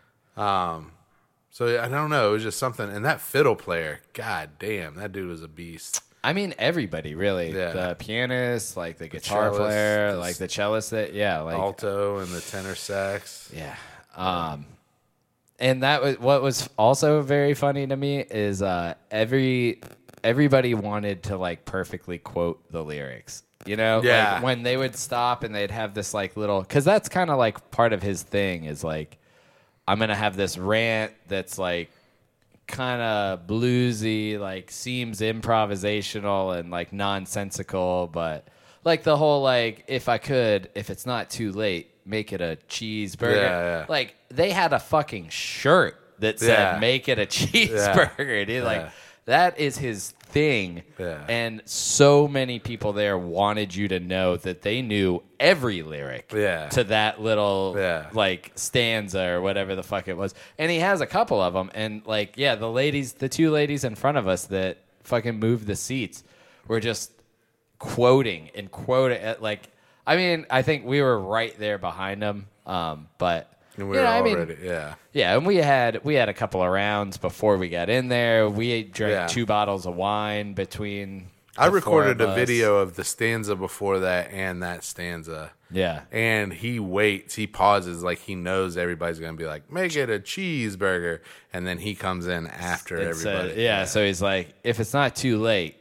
Speaker 2: So I don't know. It was just something. And that fiddle player, god damn, that dude was a beast.
Speaker 1: I mean, everybody really.
Speaker 2: Yeah.
Speaker 1: The pianist, like the guitar
Speaker 2: cellist,
Speaker 1: player,
Speaker 2: the
Speaker 1: like the cellist. That yeah, like
Speaker 2: Alto and the tenor sax.
Speaker 1: yeah. Um, and that was what was also very funny to me is uh, every everybody wanted to like perfectly quote the lyrics. You know, Like,
Speaker 2: Yeah.
Speaker 1: when they would stop and they'd have this like little, because that's kind of like part of his thing is like, I'm gonna have this rant that's like kind of bluesy, like seems improvisational and like nonsensical, but like the whole like if I could, if it's not too late, make it a cheeseburger.
Speaker 2: Yeah, yeah.
Speaker 1: Like they had a fucking shirt that said
Speaker 2: Yeah.
Speaker 1: "Make it a cheeseburger," (laughs) dude. Like
Speaker 2: Yeah.
Speaker 1: that is his thing.
Speaker 2: Yeah.
Speaker 1: And so many people there wanted you to know that they knew every lyric
Speaker 2: Yeah.
Speaker 1: to that little
Speaker 2: Yeah.
Speaker 1: like stanza or whatever the fuck it was. And he has a couple of them. And like, yeah, the ladies, the two ladies in front of us that fucking moved the seats were just quoting and quoting. At, like, I mean, I think we were right there behind them. Um, but
Speaker 2: And we
Speaker 1: you
Speaker 2: were
Speaker 1: know, I mean,
Speaker 2: already, yeah,
Speaker 1: yeah, and we had we had a couple of rounds before we got in there. We drank
Speaker 2: Yeah.
Speaker 1: two bottles of wine between.
Speaker 2: I
Speaker 1: the four
Speaker 2: recorded
Speaker 1: of
Speaker 2: a
Speaker 1: us.
Speaker 2: video of the stanza before that and that stanza.
Speaker 1: Yeah,
Speaker 2: And he waits, he pauses, like he knows everybody's gonna be like, "Make it a cheeseburger," and then he comes in after
Speaker 1: It said-
Speaker 2: everybody.
Speaker 1: uh, yeah, so he's like, if it's not too late,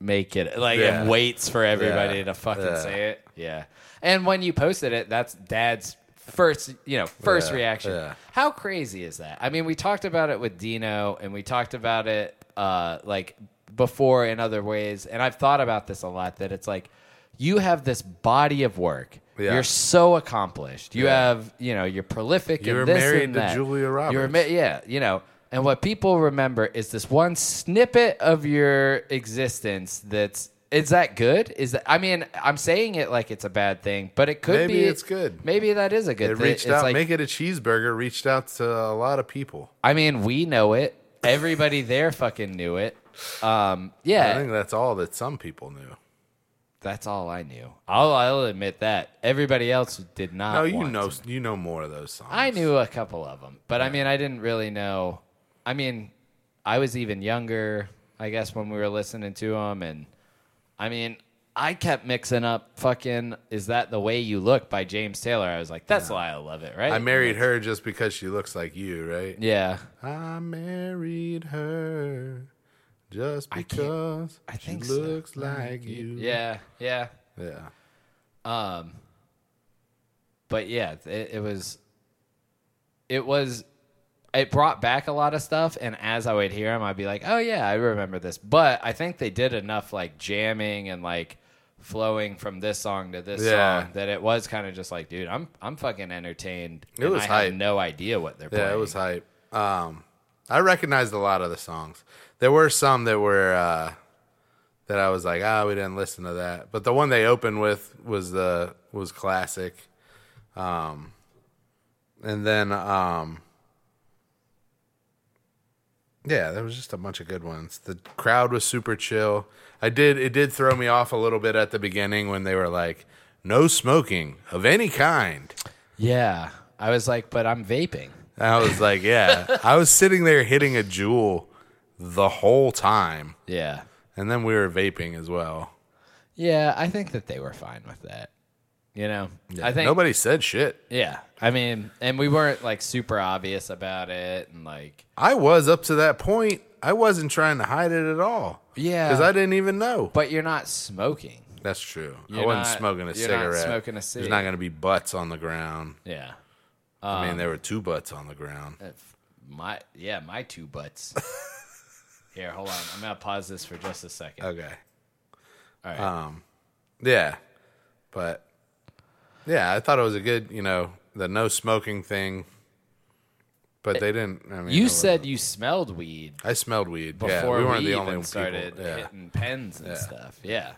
Speaker 1: make it like
Speaker 2: Yeah.
Speaker 1: and waits for everybody
Speaker 2: Yeah.
Speaker 1: to fucking
Speaker 2: Yeah.
Speaker 1: say it. Yeah. And when you posted it, that's dad's first you know, first
Speaker 2: Yeah.
Speaker 1: reaction.
Speaker 2: Yeah.
Speaker 1: How crazy is that? I mean, we talked about it with Dino and we talked about it uh like before in other ways, and I've thought about this a lot that it's like you have this body of work.
Speaker 2: Yeah.
Speaker 1: You're so accomplished. You
Speaker 2: Yeah.
Speaker 1: have, you know, you're prolific.
Speaker 2: You
Speaker 1: and
Speaker 2: were
Speaker 1: this
Speaker 2: married
Speaker 1: and
Speaker 2: to
Speaker 1: that.
Speaker 2: Julia
Speaker 1: You were
Speaker 2: Roberts.
Speaker 1: ma- yeah, you know. And what people remember is this one snippet of your existence that's is that good? Is that I mean, I'm saying it like it's a bad thing, but it could
Speaker 2: Maybe
Speaker 1: be
Speaker 2: it's good.
Speaker 1: Maybe that is a good
Speaker 2: It
Speaker 1: thing.
Speaker 2: reached
Speaker 1: it's
Speaker 2: out,
Speaker 1: like
Speaker 2: make it a cheeseburger. Reached out to a lot of people.
Speaker 1: I mean, we know it. Everybody there fucking knew it. Um,
Speaker 2: I
Speaker 1: yeah,
Speaker 2: think that's all that some people knew.
Speaker 1: that's all I knew. I'll, I'll admit that. Everybody else did not.
Speaker 2: No, Oh, you
Speaker 1: want
Speaker 2: know,
Speaker 1: to.
Speaker 2: you know more of those songs.
Speaker 1: I knew a couple of them, but I mean, I didn't really know. I mean, I was even younger, I guess, when we were listening to them, and I mean, I kept mixing up fucking "Is That the Way You Look" by James Taylor. I was like, "That's why I love it, right?"
Speaker 2: I married her just because she looks like you, right?
Speaker 1: yeah,
Speaker 2: I married her just because
Speaker 1: I think
Speaker 2: she
Speaker 1: so.
Speaker 2: looks like you.
Speaker 1: yeah, yeah.
Speaker 2: Yeah.
Speaker 1: but yeah, it, it was, it was, it brought back a lot of stuff. And as I would hear them, I'd be like, oh yeah, I remember this. But I think they did enough like jamming and like flowing from this song to this
Speaker 2: Yeah.
Speaker 1: song that it was kind of just like, dude, I'm I'm fucking entertained.
Speaker 2: It
Speaker 1: and
Speaker 2: was
Speaker 1: I
Speaker 2: hype.
Speaker 1: had no idea what they're
Speaker 2: Yeah,
Speaker 1: playing.
Speaker 2: it was hype. Um, I recognized a lot of the songs. There were some that were uh, that I was like, ah, we didn't listen to that. But the one they opened with was the was classic. Um, and then um, yeah, there was just a bunch of good ones. The crowd was super chill. I did it did throw me off a little bit at the beginning when they were like, no smoking of any kind.
Speaker 1: Yeah. I was like, but I'm vaping.
Speaker 2: And I was like, yeah. I was sitting there hitting a jewel the whole time.
Speaker 1: Yeah.
Speaker 2: And then we were vaping as well.
Speaker 1: Yeah, I think that they were fine with that. You know, I think
Speaker 2: Nobody said shit.
Speaker 1: Yeah, I mean, and we weren't like super obvious about it, and like
Speaker 2: I was up to that point. I wasn't trying to hide it at all.
Speaker 1: Yeah.
Speaker 2: Because I didn't even know.
Speaker 1: but you're not smoking.
Speaker 2: That's true. I
Speaker 1: You're
Speaker 2: wasn't
Speaker 1: not-
Speaker 2: smoking a
Speaker 1: you're not
Speaker 2: cigarette.
Speaker 1: smoking a
Speaker 2: There's
Speaker 1: cig. Um.
Speaker 2: not going to be butts on the ground.
Speaker 1: Yeah,
Speaker 2: I mean, there were two butts on the ground.
Speaker 1: If my yeah, my two butts.
Speaker 2: (laughs)
Speaker 1: Here, hold on. I'm gonna pause this for just a second.
Speaker 2: Okay. Um,
Speaker 1: All right.
Speaker 2: Yeah. But yeah, I thought it was a good, you know, the no smoking thing. But they didn't. I mean, it
Speaker 1: you
Speaker 2: was-
Speaker 1: said you smelled weed
Speaker 2: I smelled weed. yeah,
Speaker 1: before
Speaker 2: we weren't
Speaker 1: we
Speaker 2: the
Speaker 1: even
Speaker 2: only people.
Speaker 1: started
Speaker 2: Yeah.
Speaker 1: hitting pens and stuff. Yeah.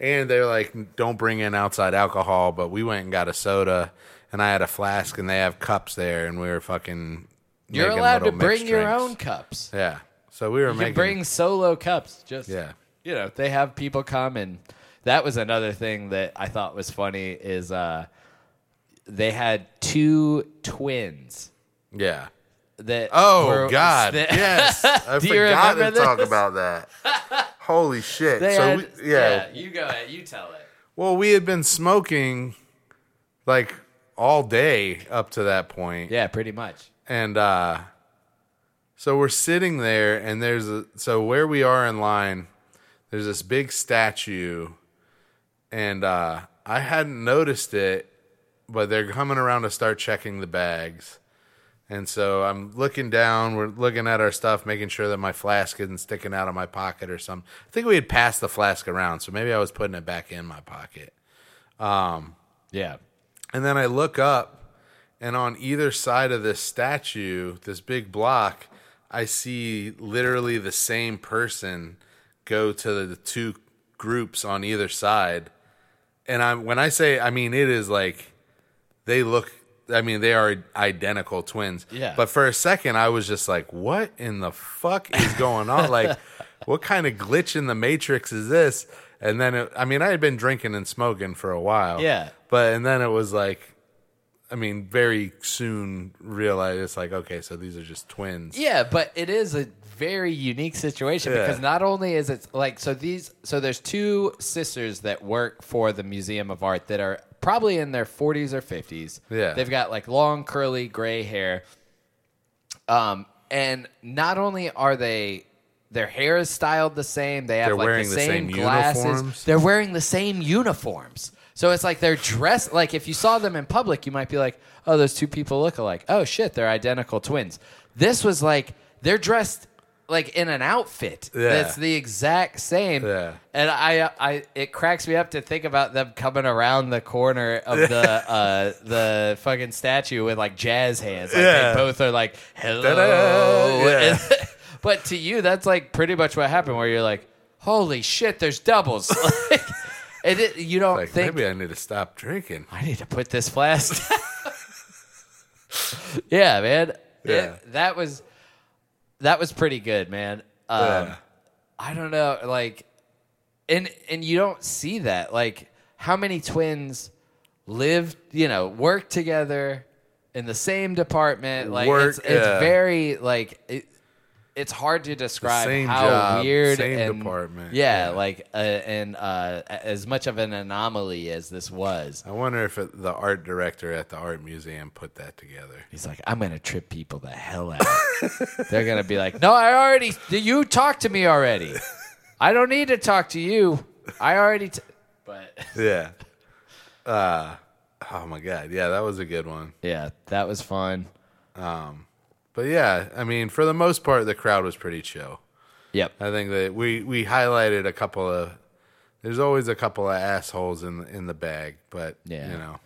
Speaker 2: And they're like, don't bring in outside alcohol. But we went and got a soda, and I had a flask, and they have cups there, and we were fucking.
Speaker 1: You're
Speaker 2: making
Speaker 1: allowed to
Speaker 2: little
Speaker 1: bring
Speaker 2: mixed
Speaker 1: your
Speaker 2: drinks.
Speaker 1: own cups.
Speaker 2: Yeah. So we were
Speaker 1: You can
Speaker 2: making.
Speaker 1: bring solo cups. Just
Speaker 2: Yeah.
Speaker 1: you know, they have people come and that was another thing that I thought was funny is uh they had two twins
Speaker 2: yeah.
Speaker 1: that
Speaker 2: Oh
Speaker 1: were- (laughs)
Speaker 2: God! (laughs)
Speaker 1: that-
Speaker 2: yes,
Speaker 1: (laughs)
Speaker 2: I
Speaker 1: Do you
Speaker 2: forgot to
Speaker 1: remember this?
Speaker 2: talk about that. Holy shit!
Speaker 1: they
Speaker 2: so
Speaker 1: had,
Speaker 2: we, yeah,
Speaker 1: you go ahead, you tell it.
Speaker 2: Well, we had been smoking like all day up to that point.
Speaker 1: Yeah, pretty much.
Speaker 2: And uh so we're sitting there and there's a so where we are in line, there's this big statue and uh I hadn't noticed it, but they're coming around to start checking the bags. And so I'm looking down, we're looking at our stuff, making sure that my flask isn't sticking out of my pocket or something. I think we had passed the flask around, so maybe I was putting it back in my pocket.
Speaker 1: Yeah.
Speaker 2: And then I look up, and on either side of this statue, this big block, I see literally the same person go to the two groups on either side. And I'm when I say, I mean it is like they look. I mean they are identical twins.
Speaker 1: Yeah.
Speaker 2: But for a second, I was just like, "What in the fuck is going on? like, what kind of glitch in the matrix is this?" And then, it, I mean, I had been drinking and smoking for a (laughs) while.
Speaker 1: Yeah.
Speaker 2: But and then it was like, I mean, very soon realized it's like, okay, so these are just twins.
Speaker 1: Yeah, but it is a very unique situation
Speaker 2: Yeah.
Speaker 1: because not only is it like so these so there's two sisters that work for the Museum of Art that are probably in their 40s or 50s.
Speaker 2: Yeah.
Speaker 1: They've got like long curly gray hair. Um and not only are they their hair is styled the same, they have
Speaker 2: They're
Speaker 1: like
Speaker 2: wearing
Speaker 1: the
Speaker 2: the
Speaker 1: same,
Speaker 2: same
Speaker 1: glasses.
Speaker 2: uniforms?
Speaker 1: They're wearing the same uniforms. So it's like they're dressed like if you saw them in public, you might be like, "Oh, those two people look alike." Oh shit, they're identical twins. This was like they're dressed like in an outfit
Speaker 2: Yeah.
Speaker 1: that's the exact same.
Speaker 2: Yeah.
Speaker 1: And I, I, it cracks me up to think about them coming around the corner of the
Speaker 2: (laughs)
Speaker 1: uh, the fucking statue with like jazz hands. Like
Speaker 2: Yeah.
Speaker 1: they both are like, "Hello." (laughs)
Speaker 2: Ta-da. Oh, Yeah.
Speaker 1: And- but to you, that's like pretty much what happened. Where you're like, "Holy shit, there's doubles." (laughs) like, and it, you don't
Speaker 2: Like
Speaker 1: think Uh,
Speaker 2: maybe I need to stop drinking.
Speaker 1: I need to put this flask. (laughs) down." yeah, man. It-
Speaker 2: Yeah.
Speaker 1: that was that was pretty good, man. Um,
Speaker 2: Yeah.
Speaker 1: I don't know, like, and and you don't see that, like, how many twins live, you know, work together in the same department, like, it's,
Speaker 2: Work,
Speaker 1: it's
Speaker 2: yeah.
Speaker 1: very like. It, it's hard to describe
Speaker 2: same
Speaker 1: how
Speaker 2: job,
Speaker 1: weird
Speaker 2: same
Speaker 1: and
Speaker 2: department,
Speaker 1: yeah, like uh, and uh, as much of an anomaly as this was.
Speaker 2: I wonder if it, the art director at the art museum put that together.
Speaker 1: (laughs) He's like, I'm gonna trip people the hell out. (laughs) They're gonna be like, No, I already. You talked to me already. I don't need to talk to you. I already. T-. But (laughs)
Speaker 2: Yeah. Uh, oh my god. Yeah, that was a good one.
Speaker 1: yeah, that was fun.
Speaker 2: But yeah, I mean, for the most part, the crowd was pretty chill.
Speaker 1: Yep.
Speaker 2: I think that we we highlighted a couple of. There's always a couple of assholes in the, in the bag, but
Speaker 1: Yeah.
Speaker 2: you know,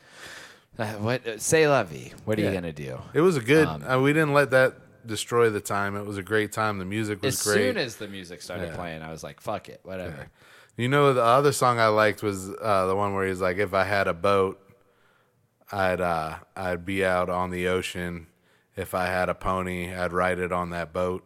Speaker 1: Uh, what? Uh, say, Lovey. What are
Speaker 2: Yeah.
Speaker 1: you gonna do? Um,
Speaker 2: it was a good. uh, we didn't let that destroy the time. It was a great time. The music was
Speaker 1: As
Speaker 2: great.
Speaker 1: soon as the music started
Speaker 2: Yeah.
Speaker 1: playing, I was like, "Fuck it, whatever."
Speaker 2: You know, the other song I liked was uh, the one where he's like, "If I had a boat, I'd uh, I'd be out on the ocean. If I had a pony, I'd ride it on that boat."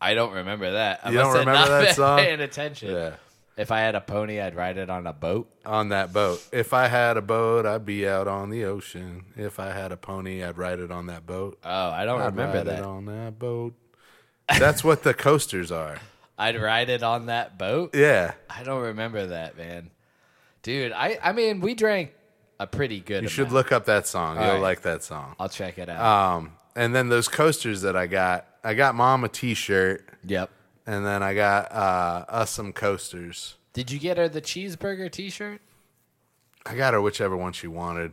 Speaker 1: I don't remember that. I
Speaker 2: You don't
Speaker 1: must have
Speaker 2: remember
Speaker 1: not
Speaker 2: that
Speaker 1: been
Speaker 2: song?
Speaker 1: Paying attention.
Speaker 2: Yeah.
Speaker 1: If I had a pony, I'd ride it on a boat.
Speaker 2: On that boat. If I had a boat, I'd be out on the ocean. If I had a pony, I'd ride it on that boat.
Speaker 1: Oh, I don't
Speaker 2: I'd
Speaker 1: remember
Speaker 2: ride it
Speaker 1: that.
Speaker 2: on that boat. That's what the
Speaker 1: (laughs)
Speaker 2: coasters are.
Speaker 1: I'd ride it on that boat.
Speaker 2: Yeah.
Speaker 1: I don't remember that, man. Dude, I I mean, we drank a pretty good.
Speaker 2: You should
Speaker 1: amount.
Speaker 2: look up that song. You'll
Speaker 1: right.
Speaker 2: like that song.
Speaker 1: I'll check it out.
Speaker 2: Um, and then those coasters that I got, I got mom a T-shirt,
Speaker 1: yep.
Speaker 2: and then I got uh, us some coasters.
Speaker 1: Did you get her the cheeseburger T-shirt?
Speaker 2: I got her whichever one she wanted.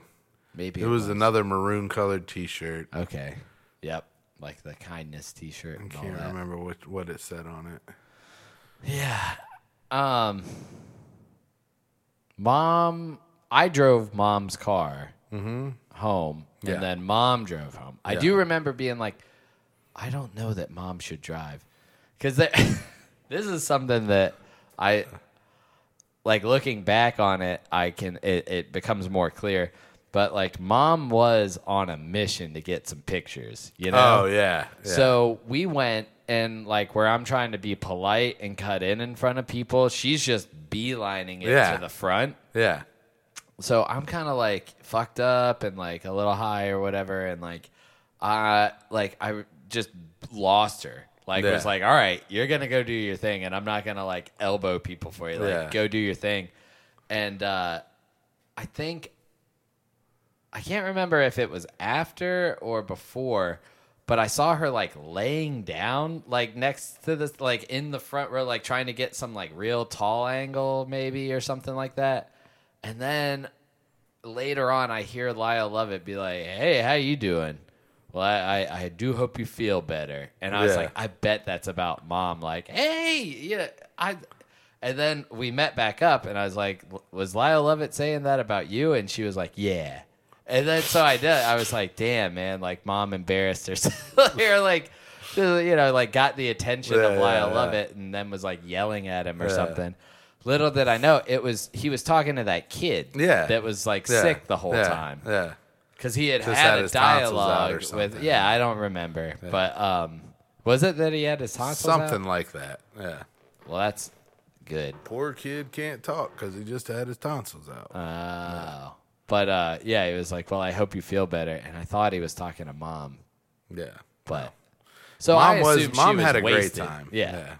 Speaker 1: Maybe
Speaker 2: It was another maroon colored T-shirt. I
Speaker 1: okay. Yep, like the kindness T-shirt and all
Speaker 2: can't
Speaker 1: that.
Speaker 2: remember what what it said on it.
Speaker 1: Yeah. Um Mom I drove mom's car home
Speaker 2: Mm-hmm. Yeah.
Speaker 1: and then mom drove home. I
Speaker 2: Yeah.
Speaker 1: do remember being like I don't know that mom should drive cuz (laughs) this is something that I like looking back on it I can it, it becomes more clear but like mom was on a mission to get some pictures, you know?
Speaker 2: Oh yeah, yeah.
Speaker 1: So we went and like where I'm trying to be polite and cut in in front of people, she's just beelining it
Speaker 2: Yeah.
Speaker 1: to the front.
Speaker 2: yeah,
Speaker 1: So I'm kind of like fucked up and like a little high or whatever, and like, I like I just lost her. Like
Speaker 2: Yeah.
Speaker 1: was like, all right, you're gonna go do your thing, and I'm not gonna like elbow people for you. Like
Speaker 2: Yeah.
Speaker 1: go do your thing, and uh, I think I can't remember if it was after or before, but I saw her like laying down, like next to this, like in the front row, like trying to get some like real tall angle, maybe or something like that. And then later on, I hear Lyle Lovett be like, "Hey, how you doing?" Well, I, I, I do hope you feel better. And I was
Speaker 2: Yeah.
Speaker 1: like, I bet that's about mom. Like, hey, yeah, I. And then we met back up, and I was like, was Lyle Lovett saying that about you? And she was like, yeah. And then so I did. I was like, damn, man, like mom embarrassed herself, (laughs) or like, you know, like got the attention
Speaker 2: Yeah,
Speaker 1: of
Speaker 2: yeah,
Speaker 1: Lyle
Speaker 2: yeah.
Speaker 1: Lovett, and then was like yelling at him or something. Little did I know, it was he was talking to that kid,
Speaker 2: Yeah.
Speaker 1: that was like
Speaker 2: yeah,
Speaker 1: sick the whole
Speaker 2: yeah,
Speaker 1: time
Speaker 2: Yeah,
Speaker 1: because he had
Speaker 2: Just
Speaker 1: had,
Speaker 2: had
Speaker 1: a
Speaker 2: his tonsils out or
Speaker 1: dialogue with
Speaker 2: something.
Speaker 1: yeah i don't remember but um was it that he had his tonsils
Speaker 2: something
Speaker 1: out?
Speaker 2: like that. Yeah.
Speaker 1: well that's good
Speaker 2: Poor kid can't talk because he just had his tonsils out.
Speaker 1: uh, but uh yeah he was like well i hope you feel better and i thought he was talking to mom
Speaker 2: yeah.
Speaker 1: but so I
Speaker 2: Mom was
Speaker 1: assumed she
Speaker 2: mom
Speaker 1: was
Speaker 2: had a
Speaker 1: wasted.
Speaker 2: great time.
Speaker 1: yeah,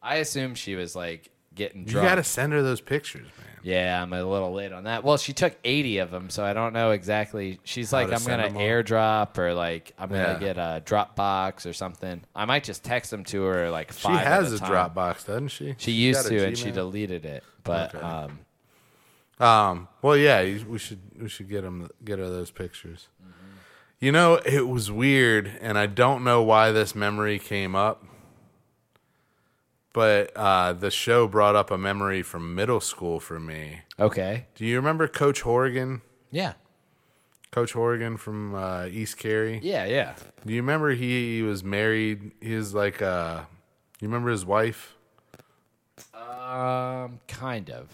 Speaker 1: i assume she was like getting
Speaker 2: You
Speaker 1: drunk
Speaker 2: got to send her those pictures, man.
Speaker 1: yeah, I'm a little late on that. Well, she took 80 of them, so I don't know exactly. She's like,
Speaker 2: to
Speaker 1: I'm
Speaker 2: send
Speaker 1: gonna
Speaker 2: 'em all.
Speaker 1: airdrop or like I'm
Speaker 2: Yeah.
Speaker 1: gonna get a Dropbox or something. I might just text them to her like
Speaker 2: She
Speaker 1: five.
Speaker 2: has
Speaker 1: at a,
Speaker 2: a
Speaker 1: time.
Speaker 2: Dropbox, doesn't she?
Speaker 1: She
Speaker 2: She's
Speaker 1: used
Speaker 2: got a
Speaker 1: to, and she
Speaker 2: Gmail?
Speaker 1: deleted it. But
Speaker 2: Okay.
Speaker 1: um,
Speaker 2: Um, well, yeah, you- we should we should get him get her those pictures. You know, it was weird, and I don't know why this memory came up, but uh, the show brought up a memory from middle school for me.
Speaker 1: okay,
Speaker 2: Do you remember Coach Horgan?
Speaker 1: yeah,
Speaker 2: Coach Horgan from uh, East Carey.
Speaker 1: yeah, yeah.
Speaker 2: Do you remember he, was married? He was like, uh, you remember his wife?
Speaker 1: Um, kind of.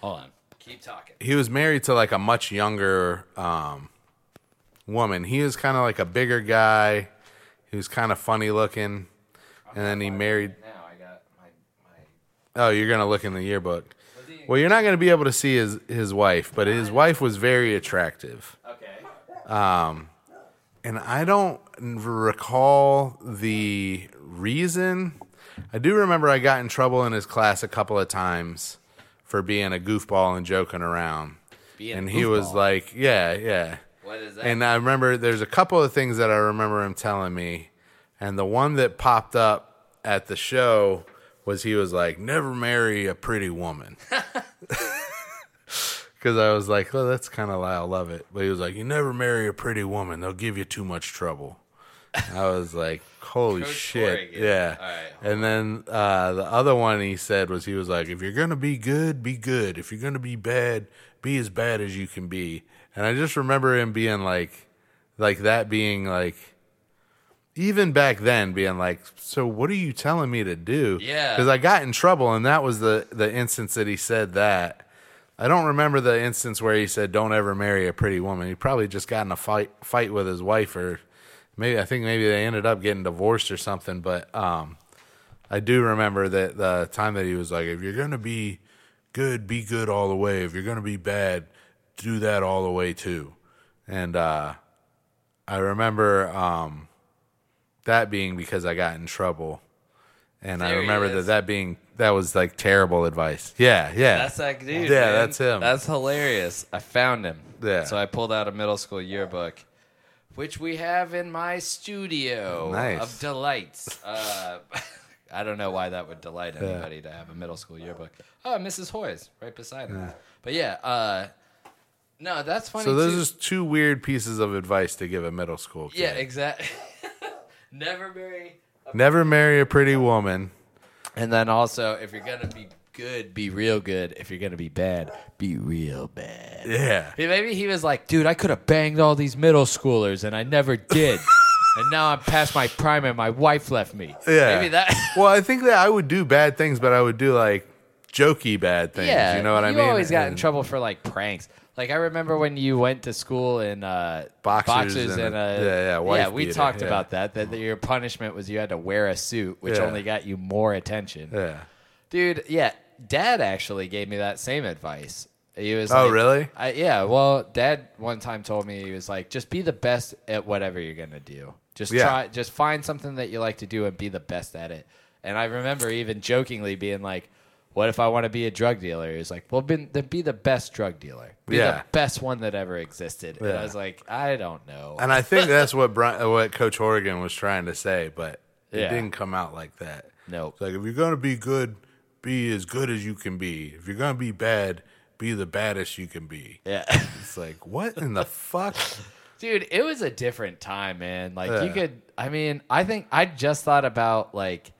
Speaker 1: Hold on, keep talking.
Speaker 2: he was married to like a much younger um, woman. He was kind of like a bigger guy. He was kind of funny looking, and then he married.
Speaker 1: Now I got my my.
Speaker 2: Oh, you're gonna look in the yearbook. Well, you're not gonna be able to see his his wife, but his wife was very attractive,
Speaker 1: Okay.
Speaker 2: and I don't recall the reason. I do remember I got in trouble in his class a couple of times for being a goofball and joking around.
Speaker 1: Being
Speaker 2: And he was
Speaker 1: goofball.
Speaker 2: like, "Yeah, yeah."
Speaker 1: "What is that?"
Speaker 2: And I remember there's a couple of things that I remember him telling me. And the one that popped up at the show was he was like, never marry a
Speaker 1: (laughs)
Speaker 2: pretty woman. (laughs) Because I was like, well, that's kind of Lyle Lovett. But he was like, you never marry a pretty woman. They'll give you too much trouble. I was like, holy
Speaker 1: Coach
Speaker 2: shit.
Speaker 1: Oregon.
Speaker 2: Yeah.
Speaker 1: All right.
Speaker 2: And then uh, the other one he said was he was like, if you're going to be good, be good. If you're going to be bad, be as bad as you can be. And I just remember him being like, like that being like even back then being like so what are you telling me to do
Speaker 1: Yeah.
Speaker 2: because i got in trouble and that was the the instance that he said that i don't remember the instance where he said don't ever marry a pretty woman he probably just got in a fight fight with his wife or maybe i think maybe they ended up getting divorced or something but um i do remember that the time that he was like if you're gonna be good be good all the way if you're gonna be bad do that all the way too and uh I remember um, that being because I got in trouble, and I
Speaker 1: There he
Speaker 2: remember that
Speaker 1: is.
Speaker 2: that being that was like terrible advice. Yeah, yeah,
Speaker 1: That's that dude.
Speaker 2: Yeah,
Speaker 1: man.
Speaker 2: that's him.
Speaker 1: That's hilarious. I found him.
Speaker 2: Yeah.
Speaker 1: So I pulled out a middle school yearbook, which we have in my studio
Speaker 2: Nice.
Speaker 1: of delights. Uh, (laughs) I don't know why that would delight anybody to have a middle school yearbook. Oh, Mrs. Hoy's right beside him. But yeah, uh, no, that's funny.
Speaker 2: so
Speaker 1: too.
Speaker 2: those are just two weird pieces of advice to give a middle school kid.
Speaker 1: Yeah, exactly. (laughs) Never marry.
Speaker 2: Never marry a pretty woman.
Speaker 1: And then also, if you're gonna be good, be real good. If you're gonna be bad, be real bad.
Speaker 2: Yeah,
Speaker 1: Hey, Maybe he was like, dude, I could have banged all these middle schoolers, and I never
Speaker 2: (laughs)
Speaker 1: did. and now I'm past my prime, and my wife left me.
Speaker 2: yeah.
Speaker 1: Maybe that.
Speaker 2: well, I think that I would do bad things, but I would do like jokey bad things.
Speaker 1: yeah,
Speaker 2: you know what I mean.
Speaker 1: You always got in
Speaker 2: And-
Speaker 1: trouble for like pranks. Like I remember when you went to school in uh,
Speaker 2: Boxers and
Speaker 1: and
Speaker 2: a-
Speaker 1: a
Speaker 2: yeah, yeah, wife
Speaker 1: we
Speaker 2: beater,
Speaker 1: talked
Speaker 2: yeah.
Speaker 1: about that, that. That your punishment was you had to wear a suit, which
Speaker 2: Yeah.
Speaker 1: only got you more attention.
Speaker 2: Yeah.
Speaker 1: Dude, yeah, dad actually gave me that same advice. He was
Speaker 2: Oh,
Speaker 1: like-
Speaker 2: really?
Speaker 1: I, yeah, well, dad one time told me he was like, just be the best at whatever you're gonna do. Just
Speaker 2: Yeah.
Speaker 1: try, just find something that you like to do and be the best at it. And I remember even jokingly being like, "What if I want to be a drug dealer?" He was like, "Well, been, then be the best drug dealer. Be
Speaker 2: Yeah.
Speaker 1: the best one that ever existed." And
Speaker 2: Yeah.
Speaker 1: I was like, "I don't know."
Speaker 2: And I think that's what Brian, what Coach Oregon was trying to say, but it
Speaker 1: Yeah.
Speaker 2: didn't come out like that.
Speaker 1: Nope.
Speaker 2: It's like if you're gonna be good, be as good as you can be. If you're gonna be bad, be the baddest you can be.
Speaker 1: yeah. (laughs)
Speaker 2: It's like what in the fuck?
Speaker 1: Dude, it was a different time, man. Like you
Speaker 2: Yeah.
Speaker 1: could I mean, I think I just thought about like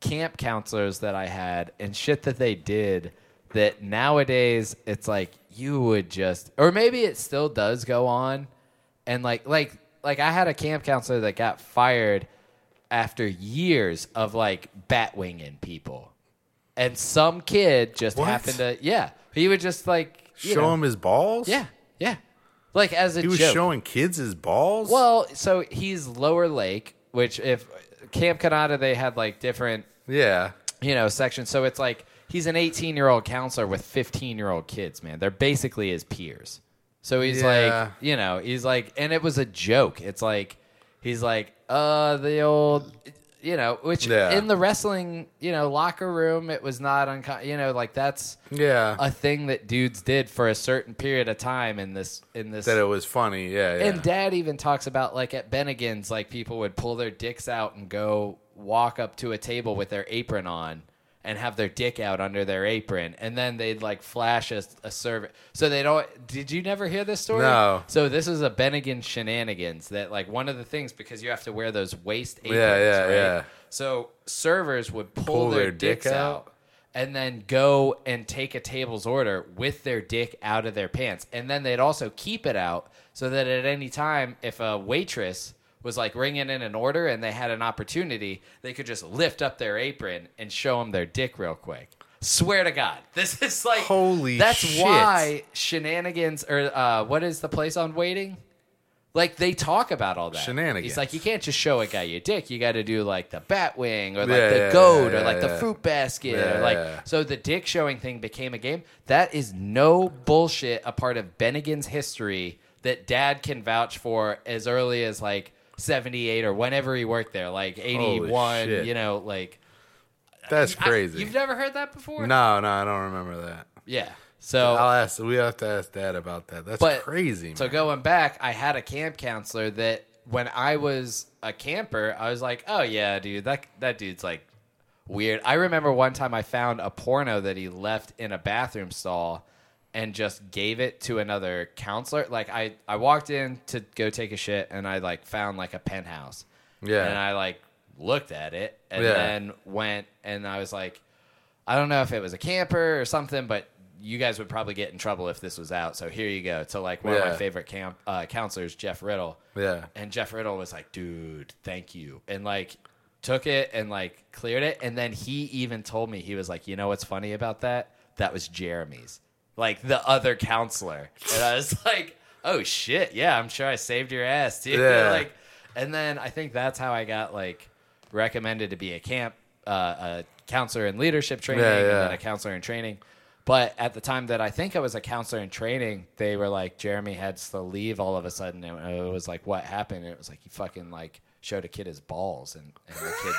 Speaker 1: camp counselors that I had and shit that they did that nowadays it's like you would just or maybe it still does go on and like like like I had a camp counselor that got fired after years of like bat winging people. And some kid just
Speaker 2: What?
Speaker 1: happened to yeah, he would just like you
Speaker 2: Show
Speaker 1: know,
Speaker 2: him his balls?
Speaker 1: yeah, yeah. Like as a
Speaker 2: He was
Speaker 1: joke.
Speaker 2: showing kids his balls.
Speaker 1: Well, so he's Lower Lake, which if Camp Canada they had like different,
Speaker 2: yeah.
Speaker 1: you know, sections. So it's like he's an 18 year old counselor with 15 year old kids, man. They're basically his peers. So he's
Speaker 2: Yeah.
Speaker 1: like, you know, he's like, and it was a joke. It's like, he's like, uh, the old, you know, which
Speaker 2: Yeah.
Speaker 1: in the wrestling, you know, locker room, it was not uncommon, you know, like that's
Speaker 2: Yeah.
Speaker 1: a thing that dudes did for a certain period of time in this, in this,
Speaker 2: that it was funny. Yeah. yeah.
Speaker 1: and dad even talks about like at Bennigan's, like people would pull their dicks out and go walk up to a table with their apron on and have their dick out under their apron. And then they'd like flash a, a server. So they don't. Did you never hear this story?
Speaker 2: No.
Speaker 1: So this is a Bennigan shenanigans that like one of the things because you have to wear those waist aprons.
Speaker 2: yeah,
Speaker 1: right?
Speaker 2: yeah.
Speaker 1: So servers would pull,
Speaker 2: Pull
Speaker 1: their,
Speaker 2: their dick
Speaker 1: dicks out
Speaker 2: out?
Speaker 1: and then go and take a table's order with their dick out of their pants. And then they'd also keep it out so that at any time, if a waitress was like ringing in an order and they had an opportunity, they could just lift up their apron and show them their dick real quick. Swear to God, (laughs) this is like
Speaker 2: Holy
Speaker 1: That's
Speaker 2: shit.
Speaker 1: why shenanigans or uh, what is the place on waiting? Like they talk about all that
Speaker 2: Shenanigans.
Speaker 1: He's like, you can't just show a guy your dick. You got to do like the bat wing or like
Speaker 2: Yeah,
Speaker 1: the
Speaker 2: yeah,
Speaker 1: goat
Speaker 2: yeah,
Speaker 1: or like the
Speaker 2: yeah.
Speaker 1: fruit basket
Speaker 2: Yeah,
Speaker 1: or like
Speaker 2: yeah.
Speaker 1: so the dick showing thing became a game. That is no bullshit a part of Bennigan's history that dad can vouch for as early as like 78 or whenever he worked there, like 81,
Speaker 2: shit.
Speaker 1: you know, like
Speaker 2: That's
Speaker 1: I-
Speaker 2: crazy.
Speaker 1: you've never heard that before?
Speaker 2: no, no, I don't remember that.
Speaker 1: Yeah. So
Speaker 2: I'll ask. We have to ask Dad about that. That's
Speaker 1: But-
Speaker 2: crazy.
Speaker 1: So
Speaker 2: man.
Speaker 1: going back, I had a camp counselor that when I was a camper, I was like, "Oh yeah, dude, that that dude's like weird." I remember one time I found a porno that he left in a bathroom stall and just gave it to another counselor. Like I I walked in to go take a shit and I like found like a penthouse.
Speaker 2: Yeah.
Speaker 1: And I like looked at it and
Speaker 2: Yeah.
Speaker 1: then went and I was like I don't know if it was a camper or something, but you guys would probably get in trouble if this was out. So here you go. To like one of
Speaker 2: Yeah.
Speaker 1: my favorite camp uh, counselors, Jeff Riddle.
Speaker 2: Yeah.
Speaker 1: And Jeff Riddle was like, dude, thank you. And like took it and like cleared it. And then he even told me, he was like, you know what's funny about that? That was Jeremy's, like the other counselor. And I was (laughs) like, oh shit. Yeah, I'm sure I saved your (laughs) ass, dude.
Speaker 2: Yeah.
Speaker 1: like, and then I think that's how I got like recommended to be a camp, uh, a counselor in leadership training,
Speaker 2: Yeah,
Speaker 1: and
Speaker 2: yeah.
Speaker 1: then a counselor in training. But at the time that I think I was a counselor in training, they were like, Jeremy had to leave all of a sudden. And it was like, what happened? And it was like, he fucking like showed a kid his balls and, and the
Speaker 2: (laughs)
Speaker 1: kid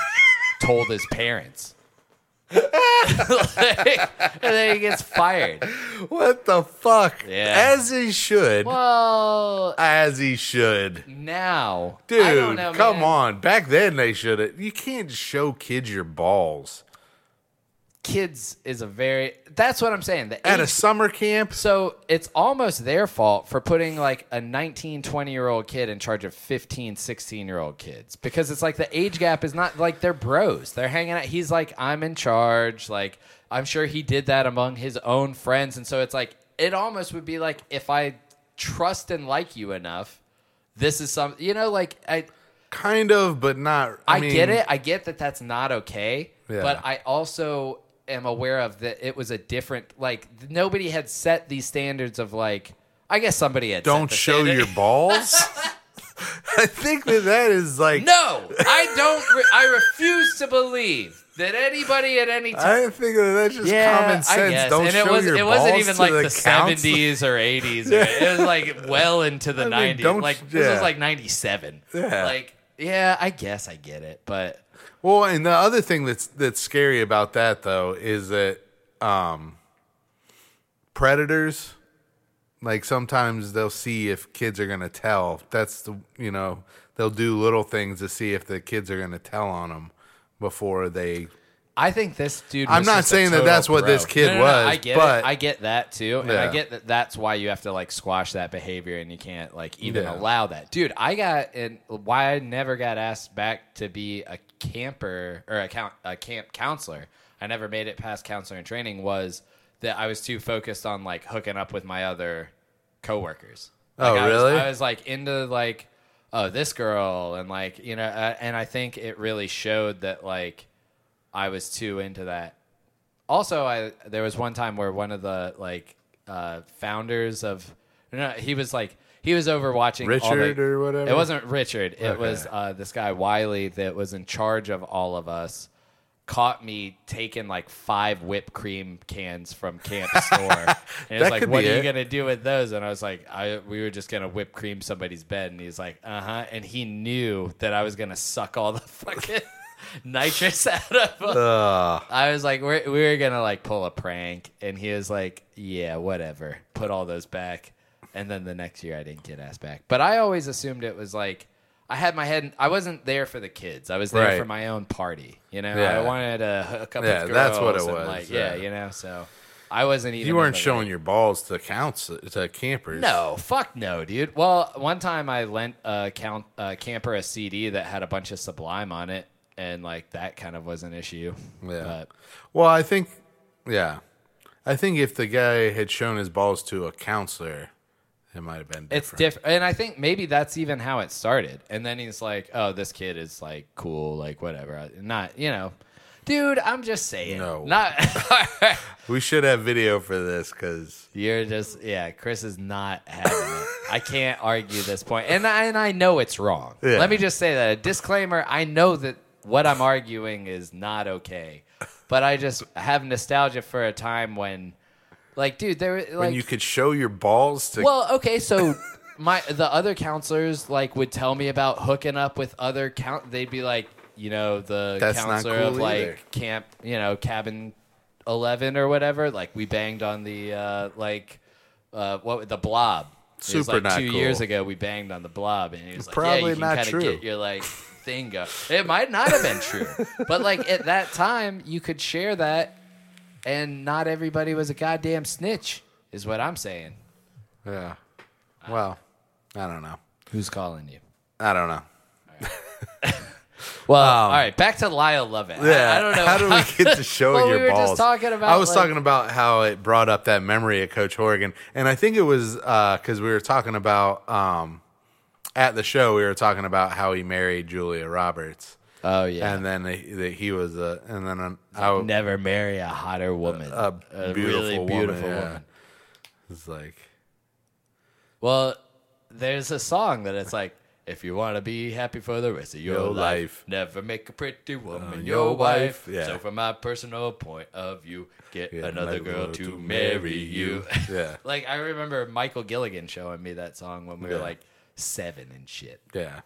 Speaker 1: told his parents. (laughs) and then he gets fired.
Speaker 2: What the fuck?
Speaker 1: Yeah.
Speaker 2: As he should.
Speaker 1: Well,
Speaker 2: As he should.
Speaker 1: now. I don't
Speaker 2: Dude,
Speaker 1: know,
Speaker 2: come
Speaker 1: man.
Speaker 2: on. Back then they should have. You can't show kids your balls.
Speaker 1: Kids is a very, that's what I'm saying. The
Speaker 2: At a
Speaker 1: age
Speaker 2: summer camp?
Speaker 1: So it's almost their fault for putting like a 19, 20 year old kid in charge of 15, 16 year old kids because it's like the age gap is not like they're bros. They're hanging out. He's like, I'm in charge. Like, I'm sure he did that among his own friends. And so it's like, it almost would be like, if I trust and like you enough, this is some, you know, like, I,
Speaker 2: Kind of, but not. I,
Speaker 1: I,
Speaker 2: mean,
Speaker 1: get it. I get that that's not okay.
Speaker 2: Yeah.
Speaker 1: But I also am aware of that it was a different like nobody had set these standards of like I guess somebody had set
Speaker 2: Don't
Speaker 1: the
Speaker 2: show
Speaker 1: standard.
Speaker 2: your balls? I think that that is
Speaker 1: (laughs)
Speaker 2: like.
Speaker 1: No, I don't re- I refuse to believe that anybody at any
Speaker 2: (laughs)
Speaker 1: time
Speaker 2: I think that that's just common
Speaker 1: I
Speaker 2: sense.
Speaker 1: guess.
Speaker 2: Don't
Speaker 1: and
Speaker 2: show
Speaker 1: it was
Speaker 2: your
Speaker 1: it wasn't
Speaker 2: balls
Speaker 1: even
Speaker 2: to
Speaker 1: like the
Speaker 2: counselor.
Speaker 1: seventies or
Speaker 2: (laughs)
Speaker 1: eighties. It was like well into the
Speaker 2: mean,
Speaker 1: nineties.
Speaker 2: don't-
Speaker 1: like this
Speaker 2: yeah.
Speaker 1: was like ninety seven.
Speaker 2: Yeah.
Speaker 1: Like yeah, I guess I get it, but
Speaker 2: Well, and the other thing that's that's scary about that though is that um predators like sometimes they'll see if kids are going to tell. That's the you know, they'll do little things to see if the kids are going to tell on them before they
Speaker 1: I think this dude.
Speaker 2: I'm
Speaker 1: was
Speaker 2: not
Speaker 1: just a
Speaker 2: saying that
Speaker 1: total
Speaker 2: that's what
Speaker 1: bro.
Speaker 2: this kid
Speaker 1: No, no, no,
Speaker 2: was,
Speaker 1: I get
Speaker 2: but-
Speaker 1: it. I get that too, and
Speaker 2: Yeah.
Speaker 1: I get that that's why you have to like squash that behavior, and you can't like even
Speaker 2: Yeah.
Speaker 1: allow that, dude. I got and why I never got asked back to be a camper or a count a camp counselor. I never made it past counselor and training was that I was too focused on like hooking up with my other coworkers.
Speaker 2: Oh,
Speaker 1: Like, I was-
Speaker 2: really?
Speaker 1: I was like into like, oh, this girl, and like you know, uh, and I think it really showed that like I was too into that. Also, I there was one time where one of the like uh, founders of no, he was like he was over watching all the-
Speaker 2: Richard or whatever?
Speaker 1: It wasn't Richard. It
Speaker 2: Okay.
Speaker 1: was uh, this guy Wiley that was in charge of all of us. Caught me taking like five whipped cream cans from
Speaker 2: (laughs)
Speaker 1: camp store. And it
Speaker 2: That
Speaker 1: was like,
Speaker 2: could
Speaker 1: what
Speaker 2: be
Speaker 1: are
Speaker 2: it.
Speaker 1: you gonna do with those? And I was like, I we were just gonna whip cream somebody's bed. And he's like, uh huh. And he knew that I was gonna suck all the (laughs) fucking nitrous out of them.
Speaker 2: uh
Speaker 1: I was like, we're, we were gonna like pull a prank, and he was like, yeah, whatever, put all those back. And then the next year, I didn't get asked back. But I always assumed it was like I had my head. I wasn't there for the kids. I was there
Speaker 2: Right.
Speaker 1: for my own party. You know,
Speaker 2: Yeah.
Speaker 1: I wanted to hook up.
Speaker 2: Yeah,
Speaker 1: with
Speaker 2: that's what
Speaker 1: girls
Speaker 2: it
Speaker 1: and,
Speaker 2: was,
Speaker 1: Like, yeah.
Speaker 2: yeah.
Speaker 1: you know, so I wasn't even.
Speaker 2: you weren't
Speaker 1: in the
Speaker 2: showing your balls to counsel to campers.
Speaker 1: no, fuck no, dude. Well, one time I lent a count a camper a CD that had a bunch of Sublime on it, and like that kind of was an issue.
Speaker 2: Yeah.
Speaker 1: But-
Speaker 2: Well, I think, yeah, I think if the guy had shown his balls to a counselor, it might have been different.
Speaker 1: It's different. And I think maybe that's even how it started. And then he's like, oh, this kid is like cool, like whatever. I- Not, you know. Dude, I'm just saying.
Speaker 2: No. (laughs)
Speaker 1: Not (laughs)
Speaker 2: We should have video for this because
Speaker 1: You're just yeah, Chris is not having it. I can't argue this point. And I and I know it's wrong.
Speaker 2: Yeah.
Speaker 1: Let me just say that a disclaimer, I know that what I'm arguing is not okay. But I just have nostalgia for a time when like dude, there like
Speaker 2: when you could show your balls to
Speaker 1: Well, okay, so (laughs) my the other counselors like would tell me about hooking up with other count. They'd be like, you know, the
Speaker 2: That's not
Speaker 1: counselor
Speaker 2: cool
Speaker 1: of like
Speaker 2: either.
Speaker 1: camp, you know, cabin eleven or whatever. Like we banged on the uh, like uh, what the blob. It was
Speaker 2: Super
Speaker 1: like
Speaker 2: not
Speaker 1: two
Speaker 2: cool.
Speaker 1: years ago. We banged on the blob, and he was like,
Speaker 2: Probably
Speaker 1: "Yeah, you
Speaker 2: not
Speaker 1: can kind
Speaker 2: true.
Speaker 1: of get your like thing go." It might not have been true, but like at that time, you could share that, and not everybody was a goddamn snitch, is what I'm saying.
Speaker 2: yeah. Well, I don't know.
Speaker 1: Who's calling you?
Speaker 2: I don't know.
Speaker 1: Well, all right, back to Lyle Lovett. I- I, don't know.
Speaker 2: um, How do we get to showing
Speaker 1: Well, we
Speaker 2: your
Speaker 1: were just
Speaker 2: balls?
Speaker 1: talking about,
Speaker 2: I was
Speaker 1: like-
Speaker 2: talking about how it brought up that memory at Coach Horgan, and I think it was because we were talking about um, at the show. We were talking about how he married Julia Roberts,
Speaker 1: (laughs) oh yeah,
Speaker 2: and then he- that he was a, and then an, I,
Speaker 1: never marry a hotter woman,
Speaker 2: a beautiful woman, yeah. it's like
Speaker 1: Well, there's a song that it's like, if you want to be happy for the rest of your,
Speaker 2: Your
Speaker 1: life,
Speaker 2: life.
Speaker 1: never make a pretty woman
Speaker 2: Uh,
Speaker 1: your
Speaker 2: your
Speaker 1: wife.
Speaker 2: wife, yeah.
Speaker 1: So, from my personal point of view, get
Speaker 2: Yeah,
Speaker 1: another
Speaker 2: another
Speaker 1: girl
Speaker 2: girl
Speaker 1: to
Speaker 2: to
Speaker 1: marry
Speaker 2: marry
Speaker 1: (laughs) you.
Speaker 2: you. Yeah.
Speaker 1: like I remember Michael Gilligan showing me that song when we were
Speaker 2: Yeah.
Speaker 1: like seven and shit.
Speaker 2: yeah,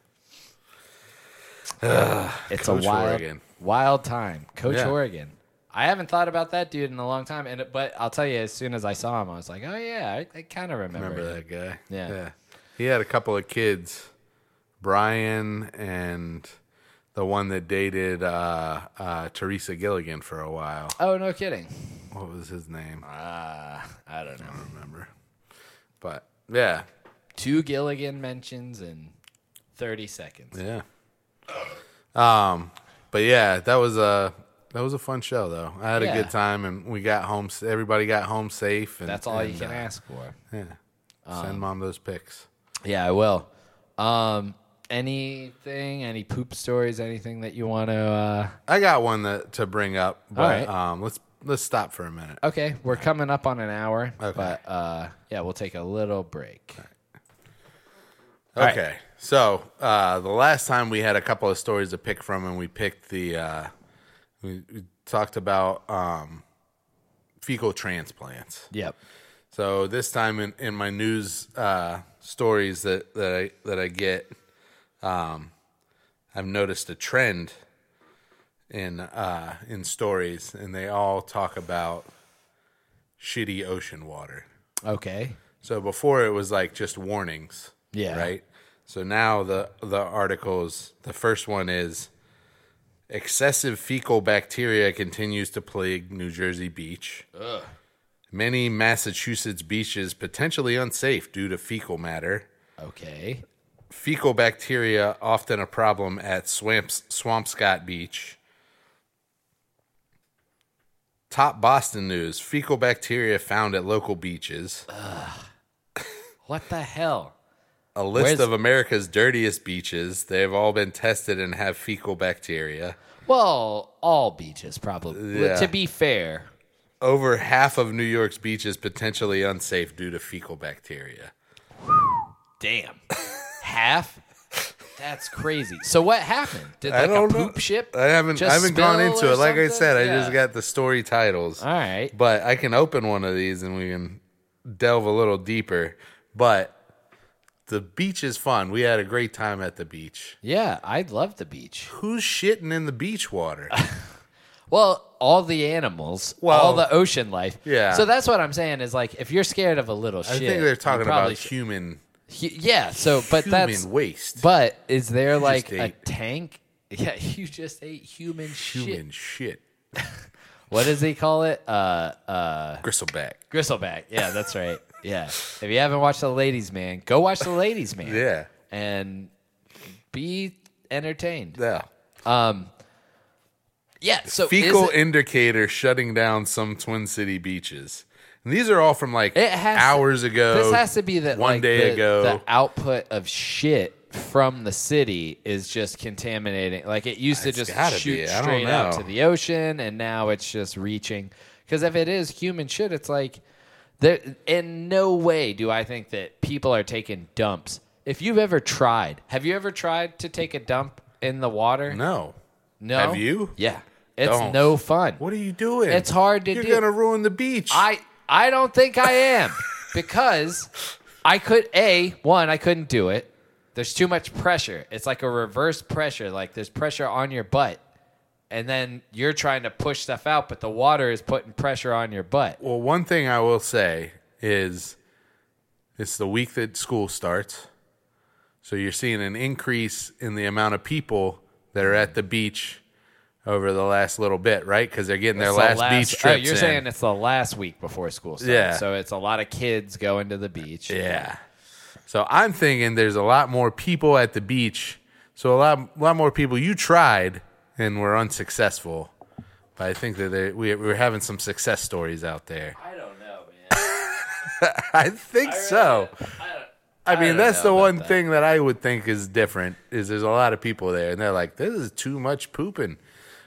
Speaker 1: It's
Speaker 2: Coach
Speaker 1: a wild,
Speaker 2: Oregon.
Speaker 1: wild time. Coach
Speaker 2: Yeah.
Speaker 1: Oregon. I haven't thought about that dude in a long time, and but I'll tell you, as soon as I saw him, I was like, oh yeah, I, I kind of remember.
Speaker 2: remember
Speaker 1: him.
Speaker 2: that guy?
Speaker 1: Yeah.
Speaker 2: he had a couple of kids, Brian and. The one that dated uh, uh, Teresa Gilligan for a while.
Speaker 1: Oh no, kidding.
Speaker 2: What was his name?
Speaker 1: Uh, I don't know.
Speaker 2: remember. But yeah,
Speaker 1: two Gilligan mentions in 30 seconds.
Speaker 2: yeah. Um, but yeah, that was a that was a fun show though. I had
Speaker 1: Yeah.
Speaker 2: a good time, and we got home. s- Everybody got home safe. And
Speaker 1: That's all you Um,
Speaker 2: and,
Speaker 1: can
Speaker 2: uh,
Speaker 1: ask for.
Speaker 2: Yeah. Send mom those pics.
Speaker 1: Yeah, I will. Um, anything, any poop stories, anything that you want to? Uh,
Speaker 2: I got one that, to bring up, but
Speaker 1: right.
Speaker 2: um, let's let's stop for a minute.
Speaker 1: uh, okay, we're coming up on an hour,
Speaker 2: Okay.
Speaker 1: but uh, yeah, we'll take a little break. right.
Speaker 2: Okay. So uh, the last time we had a couple of stories to pick from, and we picked the uh, we, we talked about um, fecal transplants.
Speaker 1: Yep.
Speaker 2: So this time in, in my news uh, stories that, that I that I get, um, I've noticed a trend in uh, in stories, and they all talk about shitty ocean water.
Speaker 1: Okay.
Speaker 2: So before it was like just warnings,
Speaker 1: Yeah.
Speaker 2: right. So now the the articles, the first one is excessive fecal bacteria continues to plague New Jersey beach. Many Massachusetts beaches potentially unsafe due to fecal matter.
Speaker 1: Okay.
Speaker 2: Fecal bacteria often a problem at Swamps, Swampscott Beach. Top Boston news: fecal bacteria found at local beaches.
Speaker 1: What the hell?
Speaker 2: A list
Speaker 1: Where's-
Speaker 2: of America's dirtiest beaches. They've all been tested and have fecal bacteria.
Speaker 1: Well, all beaches probably.
Speaker 2: Yeah.
Speaker 1: To be fair,
Speaker 2: Over half of New York's beaches potentially unsafe due to fecal bacteria. (laughs)
Speaker 1: damn. Half? That's crazy. So what happened? Did like
Speaker 2: I don't
Speaker 1: a poop
Speaker 2: know.
Speaker 1: ship?
Speaker 2: I haven't
Speaker 1: just
Speaker 2: I haven't gone
Speaker 1: spill
Speaker 2: into
Speaker 1: or
Speaker 2: it. Like I
Speaker 1: something?
Speaker 2: said, I
Speaker 1: Yeah.
Speaker 2: just got the story titles.
Speaker 1: All right.
Speaker 2: But I can open one of these and we can delve a little deeper. But the beach is fun. We had a great time at the beach.
Speaker 1: Yeah, I love the beach.
Speaker 2: Who's shitting in the beach (laughs) water?
Speaker 1: Well, all the animals,
Speaker 2: Well,
Speaker 1: all the ocean life.
Speaker 2: yeah.
Speaker 1: So that's what I'm saying is like if you're scared of a little shit,
Speaker 2: I think they're talking
Speaker 1: you probably
Speaker 2: about
Speaker 1: sh-
Speaker 2: human
Speaker 1: hu- yeah. So, but
Speaker 2: human
Speaker 1: that's
Speaker 2: waste.
Speaker 1: but is there like a
Speaker 2: ate-
Speaker 1: tank? (laughs) Yeah, you just ate human, shit.
Speaker 2: human shit.
Speaker 1: What does he call it? Uh,
Speaker 2: Gristleback.
Speaker 1: gristleback. Yeah, that's right. Yeah. If you haven't watched The Ladies Man, go watch The Ladies Man.
Speaker 2: Yeah.
Speaker 1: And be entertained.
Speaker 2: Yeah.
Speaker 1: Yeah. So is
Speaker 2: Fecal
Speaker 1: it-
Speaker 2: indicator shutting down some Twin City beaches. And these are all from like
Speaker 1: It has to-
Speaker 2: hours ago.
Speaker 1: This has to be that
Speaker 2: one
Speaker 1: like,
Speaker 2: day
Speaker 1: the,
Speaker 2: ago.
Speaker 1: the output of shit from the city is just contaminating. Like it used to
Speaker 2: It's
Speaker 1: just
Speaker 2: gotta
Speaker 1: shoot
Speaker 2: be. I don't
Speaker 1: straight out
Speaker 2: know.
Speaker 1: to the ocean, and now it's just reaching. Because if it is human shit, it's like there. In no way do I think that people are taking dumps. If you've ever tried, have you ever tried to take a dump in the water?
Speaker 2: no.
Speaker 1: No.
Speaker 2: Have you?
Speaker 1: Yeah. It's
Speaker 2: Don't.
Speaker 1: no fun.
Speaker 2: What are you doing?
Speaker 1: It's hard to
Speaker 2: You're
Speaker 1: do.
Speaker 2: You're gonna ruin the beach.
Speaker 1: I I don't think I am because I could a one I couldn't do it. There's too much pressure. It's like a reverse pressure. Like there's pressure on your butt, and then you're trying to push stuff out, but the water is putting pressure on your butt.
Speaker 2: well, one thing I will say is it's the week that school starts, so you're seeing an increase in the amount of people that are at the beach over the last little bit, right? Because they're getting their
Speaker 1: It's the
Speaker 2: last, beach trips.
Speaker 1: Oh, you're
Speaker 2: in.
Speaker 1: saying it's the last week before school starts.
Speaker 2: Yeah.
Speaker 1: So it's a lot of kids going to the beach.
Speaker 2: Yeah. So I'm thinking there's a lot more people at the beach. So a lot, a lot more people you tried and were unsuccessful. But I think that they, we, we're having some success stories out there.
Speaker 1: I don't know, Oh, man.
Speaker 2: I think so.
Speaker 1: I don't,
Speaker 2: I
Speaker 1: I
Speaker 2: mean,
Speaker 1: don't
Speaker 2: that's
Speaker 1: know
Speaker 2: the
Speaker 1: about
Speaker 2: one
Speaker 1: that.
Speaker 2: thing that I would think is different is there's a lot of people there, and they're like, "This is too much pooping."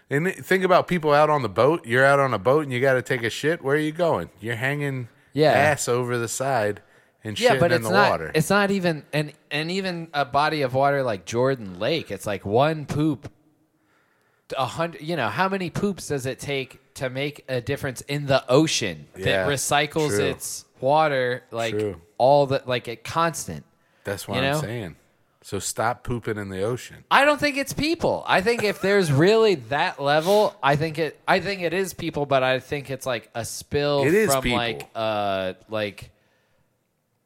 Speaker 2: And it- think about people out on the boat. You're out on a boat, and you got to take a shit. Where are you going? You're hanging
Speaker 1: Yeah.
Speaker 2: ass over the side and shitting
Speaker 1: yeah, but
Speaker 2: in
Speaker 1: it's
Speaker 2: the
Speaker 1: not.
Speaker 2: water.
Speaker 1: It's not even and and even a body of water like Jordan Lake. It's like one poop. A hundred. You know how many poops does it take to make a difference in the ocean
Speaker 2: Yeah,
Speaker 1: that recycles
Speaker 2: true.
Speaker 1: its water like
Speaker 2: True.
Speaker 1: all the like a constant.
Speaker 2: that's what
Speaker 1: you
Speaker 2: I'm
Speaker 1: know?
Speaker 2: saying. So stop pooping in the ocean.
Speaker 1: I don't think it's people. I think if there's really that level, I think it. I think it is people, but I think it's like a spill
Speaker 2: It is
Speaker 1: from
Speaker 2: people.
Speaker 1: like uh like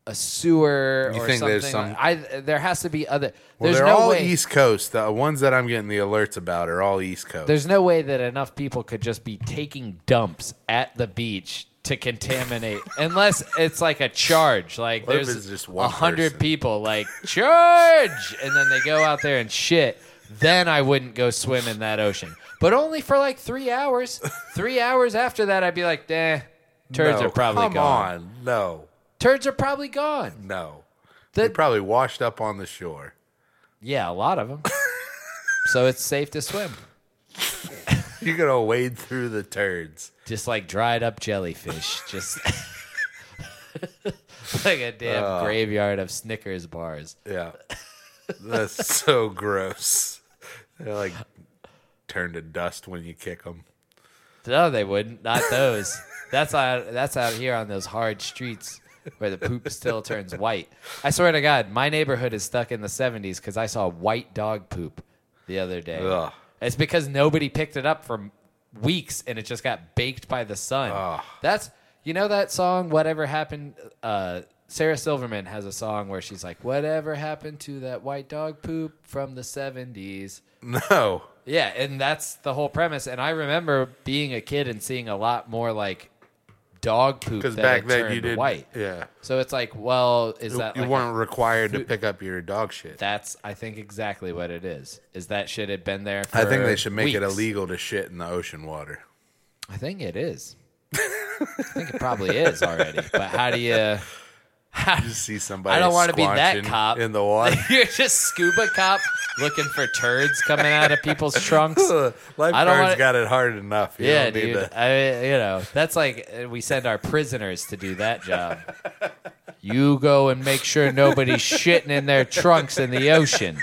Speaker 1: a sewer
Speaker 2: You
Speaker 1: or
Speaker 2: think
Speaker 1: something.
Speaker 2: there's some-
Speaker 1: like- I there has to be other.
Speaker 2: Well,
Speaker 1: there's
Speaker 2: they're
Speaker 1: no
Speaker 2: all
Speaker 1: way.
Speaker 2: East Coast. The ones that I'm getting the alerts about are all East Coast.
Speaker 1: There's no way that enough people could just be taking dumps at the beach to
Speaker 2: (laughs)
Speaker 1: contaminate, unless it's like a charge. Like
Speaker 2: What if
Speaker 1: there's
Speaker 2: it's just one
Speaker 1: a hundred
Speaker 2: person?
Speaker 1: people, like charge, and then they go out there and shit. Then I wouldn't go swim in that ocean, but only for like three hours. Three hours after that, I'd be like, nah, turds
Speaker 2: No,
Speaker 1: are probably
Speaker 2: come
Speaker 1: gone.
Speaker 2: on. No,
Speaker 1: Turds are probably gone.
Speaker 2: no.
Speaker 1: The-
Speaker 2: they probably washed up on the shore.
Speaker 1: Yeah, a lot
Speaker 2: (laughs)
Speaker 1: of them. so it's safe to swim,
Speaker 2: You're gonna wade through the turds.
Speaker 1: just like dried up jellyfish, just (laughs) like a damn graveyard of Snickers bars.
Speaker 2: Yeah.
Speaker 1: (laughs)
Speaker 2: That's so gross. They're like turned to dust when you kick them.
Speaker 1: No, they wouldn't. Not those. that's (laughs) out. That's out here on those hard streets where the poop still turns white. I swear to God, my neighborhood is stuck in the '70s because I saw white dog poop the other day.
Speaker 2: Ugh.
Speaker 1: It's because nobody picked it up for weeks, and it just got baked by the sun. That's you know that song, "Whatever Happened." Uh, Sarah Silverman has a song where she's like, "Whatever happened to that white dog poop from the '70s."
Speaker 2: (laughs) No.
Speaker 1: Yeah, and that's the whole premise. And I remember being a kid and seeing a lot more like dog poop
Speaker 2: Because
Speaker 1: that
Speaker 2: back
Speaker 1: had
Speaker 2: then
Speaker 1: turned
Speaker 2: you did
Speaker 1: white.
Speaker 2: Yeah.
Speaker 1: So it's like, well, is that
Speaker 2: you
Speaker 1: like a-
Speaker 2: weren't required to pick up your dog shit.
Speaker 1: that's I think exactly what it is. Is that shit had been there? For
Speaker 2: I think they should make it
Speaker 1: weeks.
Speaker 2: illegal to shit in the ocean water.
Speaker 1: I think it is. I think it probably is already. But how do you? (laughs)
Speaker 2: You just see somebody.
Speaker 1: I don't want to be that
Speaker 2: squanching
Speaker 1: cop
Speaker 2: in the water.
Speaker 1: (laughs)
Speaker 2: (laughs)
Speaker 1: You're just scuba cop looking for turds coming out of people's
Speaker 2: (laughs)
Speaker 1: trunks.
Speaker 2: Lifeguards
Speaker 1: wanna-
Speaker 2: got it hard enough. You
Speaker 1: Yeah,
Speaker 2: don't need
Speaker 1: dude.
Speaker 2: to-
Speaker 1: I you know that's like uh, we send our prisoners to do that job. you go and make sure nobody's shitting in their trunks in the ocean.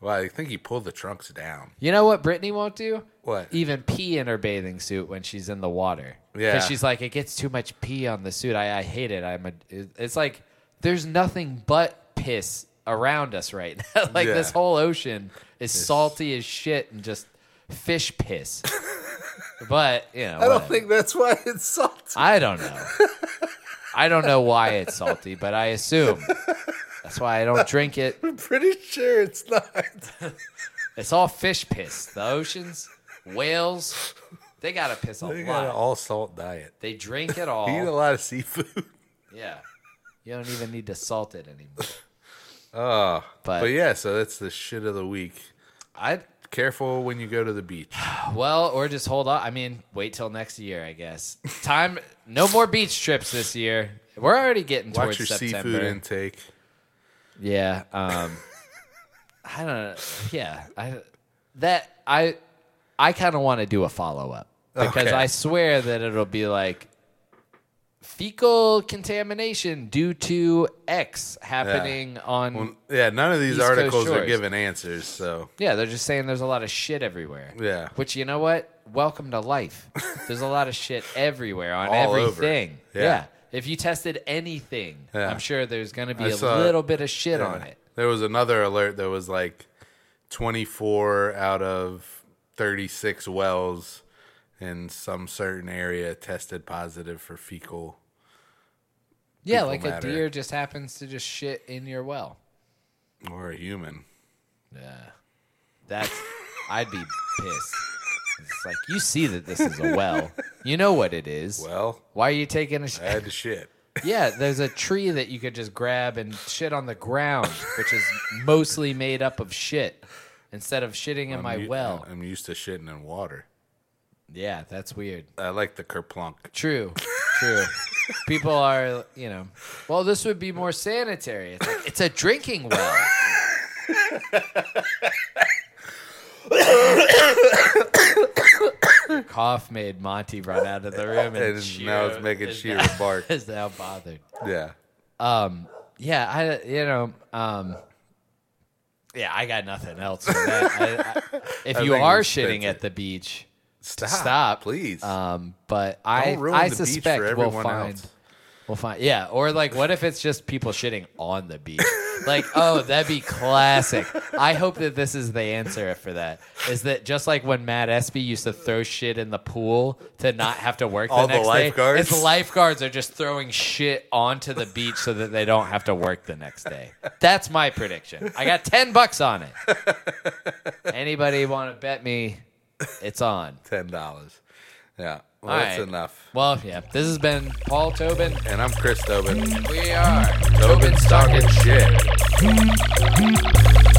Speaker 2: Well, I think he pulled the trunks down.
Speaker 1: You know what Brittany won't do?
Speaker 2: What?
Speaker 1: Even pee in her bathing suit when she's in the water.
Speaker 2: Yeah.
Speaker 1: she's like, it gets too much pee on the suit. I, I hate it. I'm a. It's like there's nothing but piss around us right now. (laughs) like
Speaker 2: Yeah.
Speaker 1: this whole ocean is salty as shit and just fish piss. (laughs) but you know,
Speaker 2: I
Speaker 1: whatever.
Speaker 2: don't think that's why it's salty.
Speaker 1: I don't know. I don't know why it's salty, but I assume that's why I don't drink it.
Speaker 2: I'm pretty sure it's not.
Speaker 1: It's all fish piss. The oceans, whales, they gotta piss a
Speaker 2: (laughs) They got an
Speaker 1: lot.
Speaker 2: all salt diet.
Speaker 1: They drink it
Speaker 2: (laughs) They eat a
Speaker 1: all.
Speaker 2: lot of seafood.
Speaker 1: Yeah, you don't even need to salt it
Speaker 2: (laughs)
Speaker 1: anymore.
Speaker 2: Oh,
Speaker 1: (laughs) But-
Speaker 2: but yeah, so that's the shit of the week.
Speaker 1: I
Speaker 2: Careful when you go to the beach.
Speaker 1: (sighs) well, or just hold on. I mean, wait till next year, I guess. Time, no more beach trips this year. We're already getting
Speaker 2: Watch
Speaker 1: towards
Speaker 2: your
Speaker 1: September.
Speaker 2: seafood intake.
Speaker 1: Yeah.
Speaker 2: (laughs)
Speaker 1: Um, I don't know. Yeah. I, that I I kind of want to do a follow up because
Speaker 2: Okay.
Speaker 1: I swear that it'll be like fecal contamination due to X happening on.
Speaker 2: Well, yeah, none of these
Speaker 1: East Coast
Speaker 2: articles are
Speaker 1: shores.
Speaker 2: giving answers. So
Speaker 1: yeah, they're just saying there's a lot of shit everywhere.
Speaker 2: Yeah.
Speaker 1: Which you know what? Welcome to
Speaker 2: (laughs)
Speaker 1: life. there's a lot of shit everywhere on
Speaker 2: All over.
Speaker 1: everything.
Speaker 2: Yeah.
Speaker 1: If you tested anything,
Speaker 2: Yeah.
Speaker 1: I'm sure there's going to be
Speaker 2: I
Speaker 1: a
Speaker 2: saw-
Speaker 1: little bit of shit on
Speaker 2: yeah.
Speaker 1: it.
Speaker 2: there was another alert that was like 24 out of 36 wells in some certain area tested positive for fecal.
Speaker 1: Yeah,
Speaker 2: fecal
Speaker 1: like
Speaker 2: matter.
Speaker 1: a deer just happens to just shit in your well.
Speaker 2: Or a human.
Speaker 1: Yeah. That's I'd be pissed. It's like you see that this is a well. You know what it is.
Speaker 2: Well,
Speaker 1: Why are you taking a sh-
Speaker 2: I had to shit.
Speaker 1: Yeah, there's a tree that you could just grab and shit on the ground, which is mostly made up of shit instead of shitting in my
Speaker 2: I'm u-
Speaker 1: well.
Speaker 2: I'm used to shitting in water.
Speaker 1: Yeah, that's weird.
Speaker 2: I like the kerplunk.
Speaker 1: True. True. People are, you know, well, this would be more sanitary. It's, like, it's a drinking well. Cough made Monty run out of the room, and,
Speaker 2: And now it's making
Speaker 1: is
Speaker 2: Shira
Speaker 1: now- (laughs)
Speaker 2: bark.
Speaker 1: Is now bothered.
Speaker 2: Yeah.
Speaker 1: Yeah, I, you know, um, yeah, I got nothing else. For that. I, I, if you
Speaker 2: think
Speaker 1: are
Speaker 2: it's
Speaker 1: shitting
Speaker 2: expensive.
Speaker 1: at the beach,
Speaker 2: Stop.
Speaker 1: Stop.
Speaker 2: Please.
Speaker 1: Um, but I,
Speaker 2: Don't ruin
Speaker 1: I
Speaker 2: the beach
Speaker 1: suspect
Speaker 2: for
Speaker 1: we'll
Speaker 2: everyone
Speaker 1: find,
Speaker 2: else.
Speaker 1: we'll find, yeah. Or like, what if it's just people shitting on the beach? Like, oh, that'd be classic. I hope that this is the answer for that. Is that just like when Matt Espy used to throw shit in the pool to not have to work
Speaker 2: All
Speaker 1: the
Speaker 2: the
Speaker 1: next day?
Speaker 2: lifeguards?
Speaker 1: It's lifeguards are just throwing shit onto the beach so that they don't have to work the next day. That's my prediction. I got ten bucks on it. Anybody want to bet me? It's on.
Speaker 2: Ten dollars. Yeah. Well,
Speaker 1: All
Speaker 2: that's
Speaker 1: right.
Speaker 2: enough.
Speaker 1: Well, yeah. This has been Paul Tobin.
Speaker 2: And I'm Chris Tobin.
Speaker 1: We are
Speaker 2: Tobin's talking shit.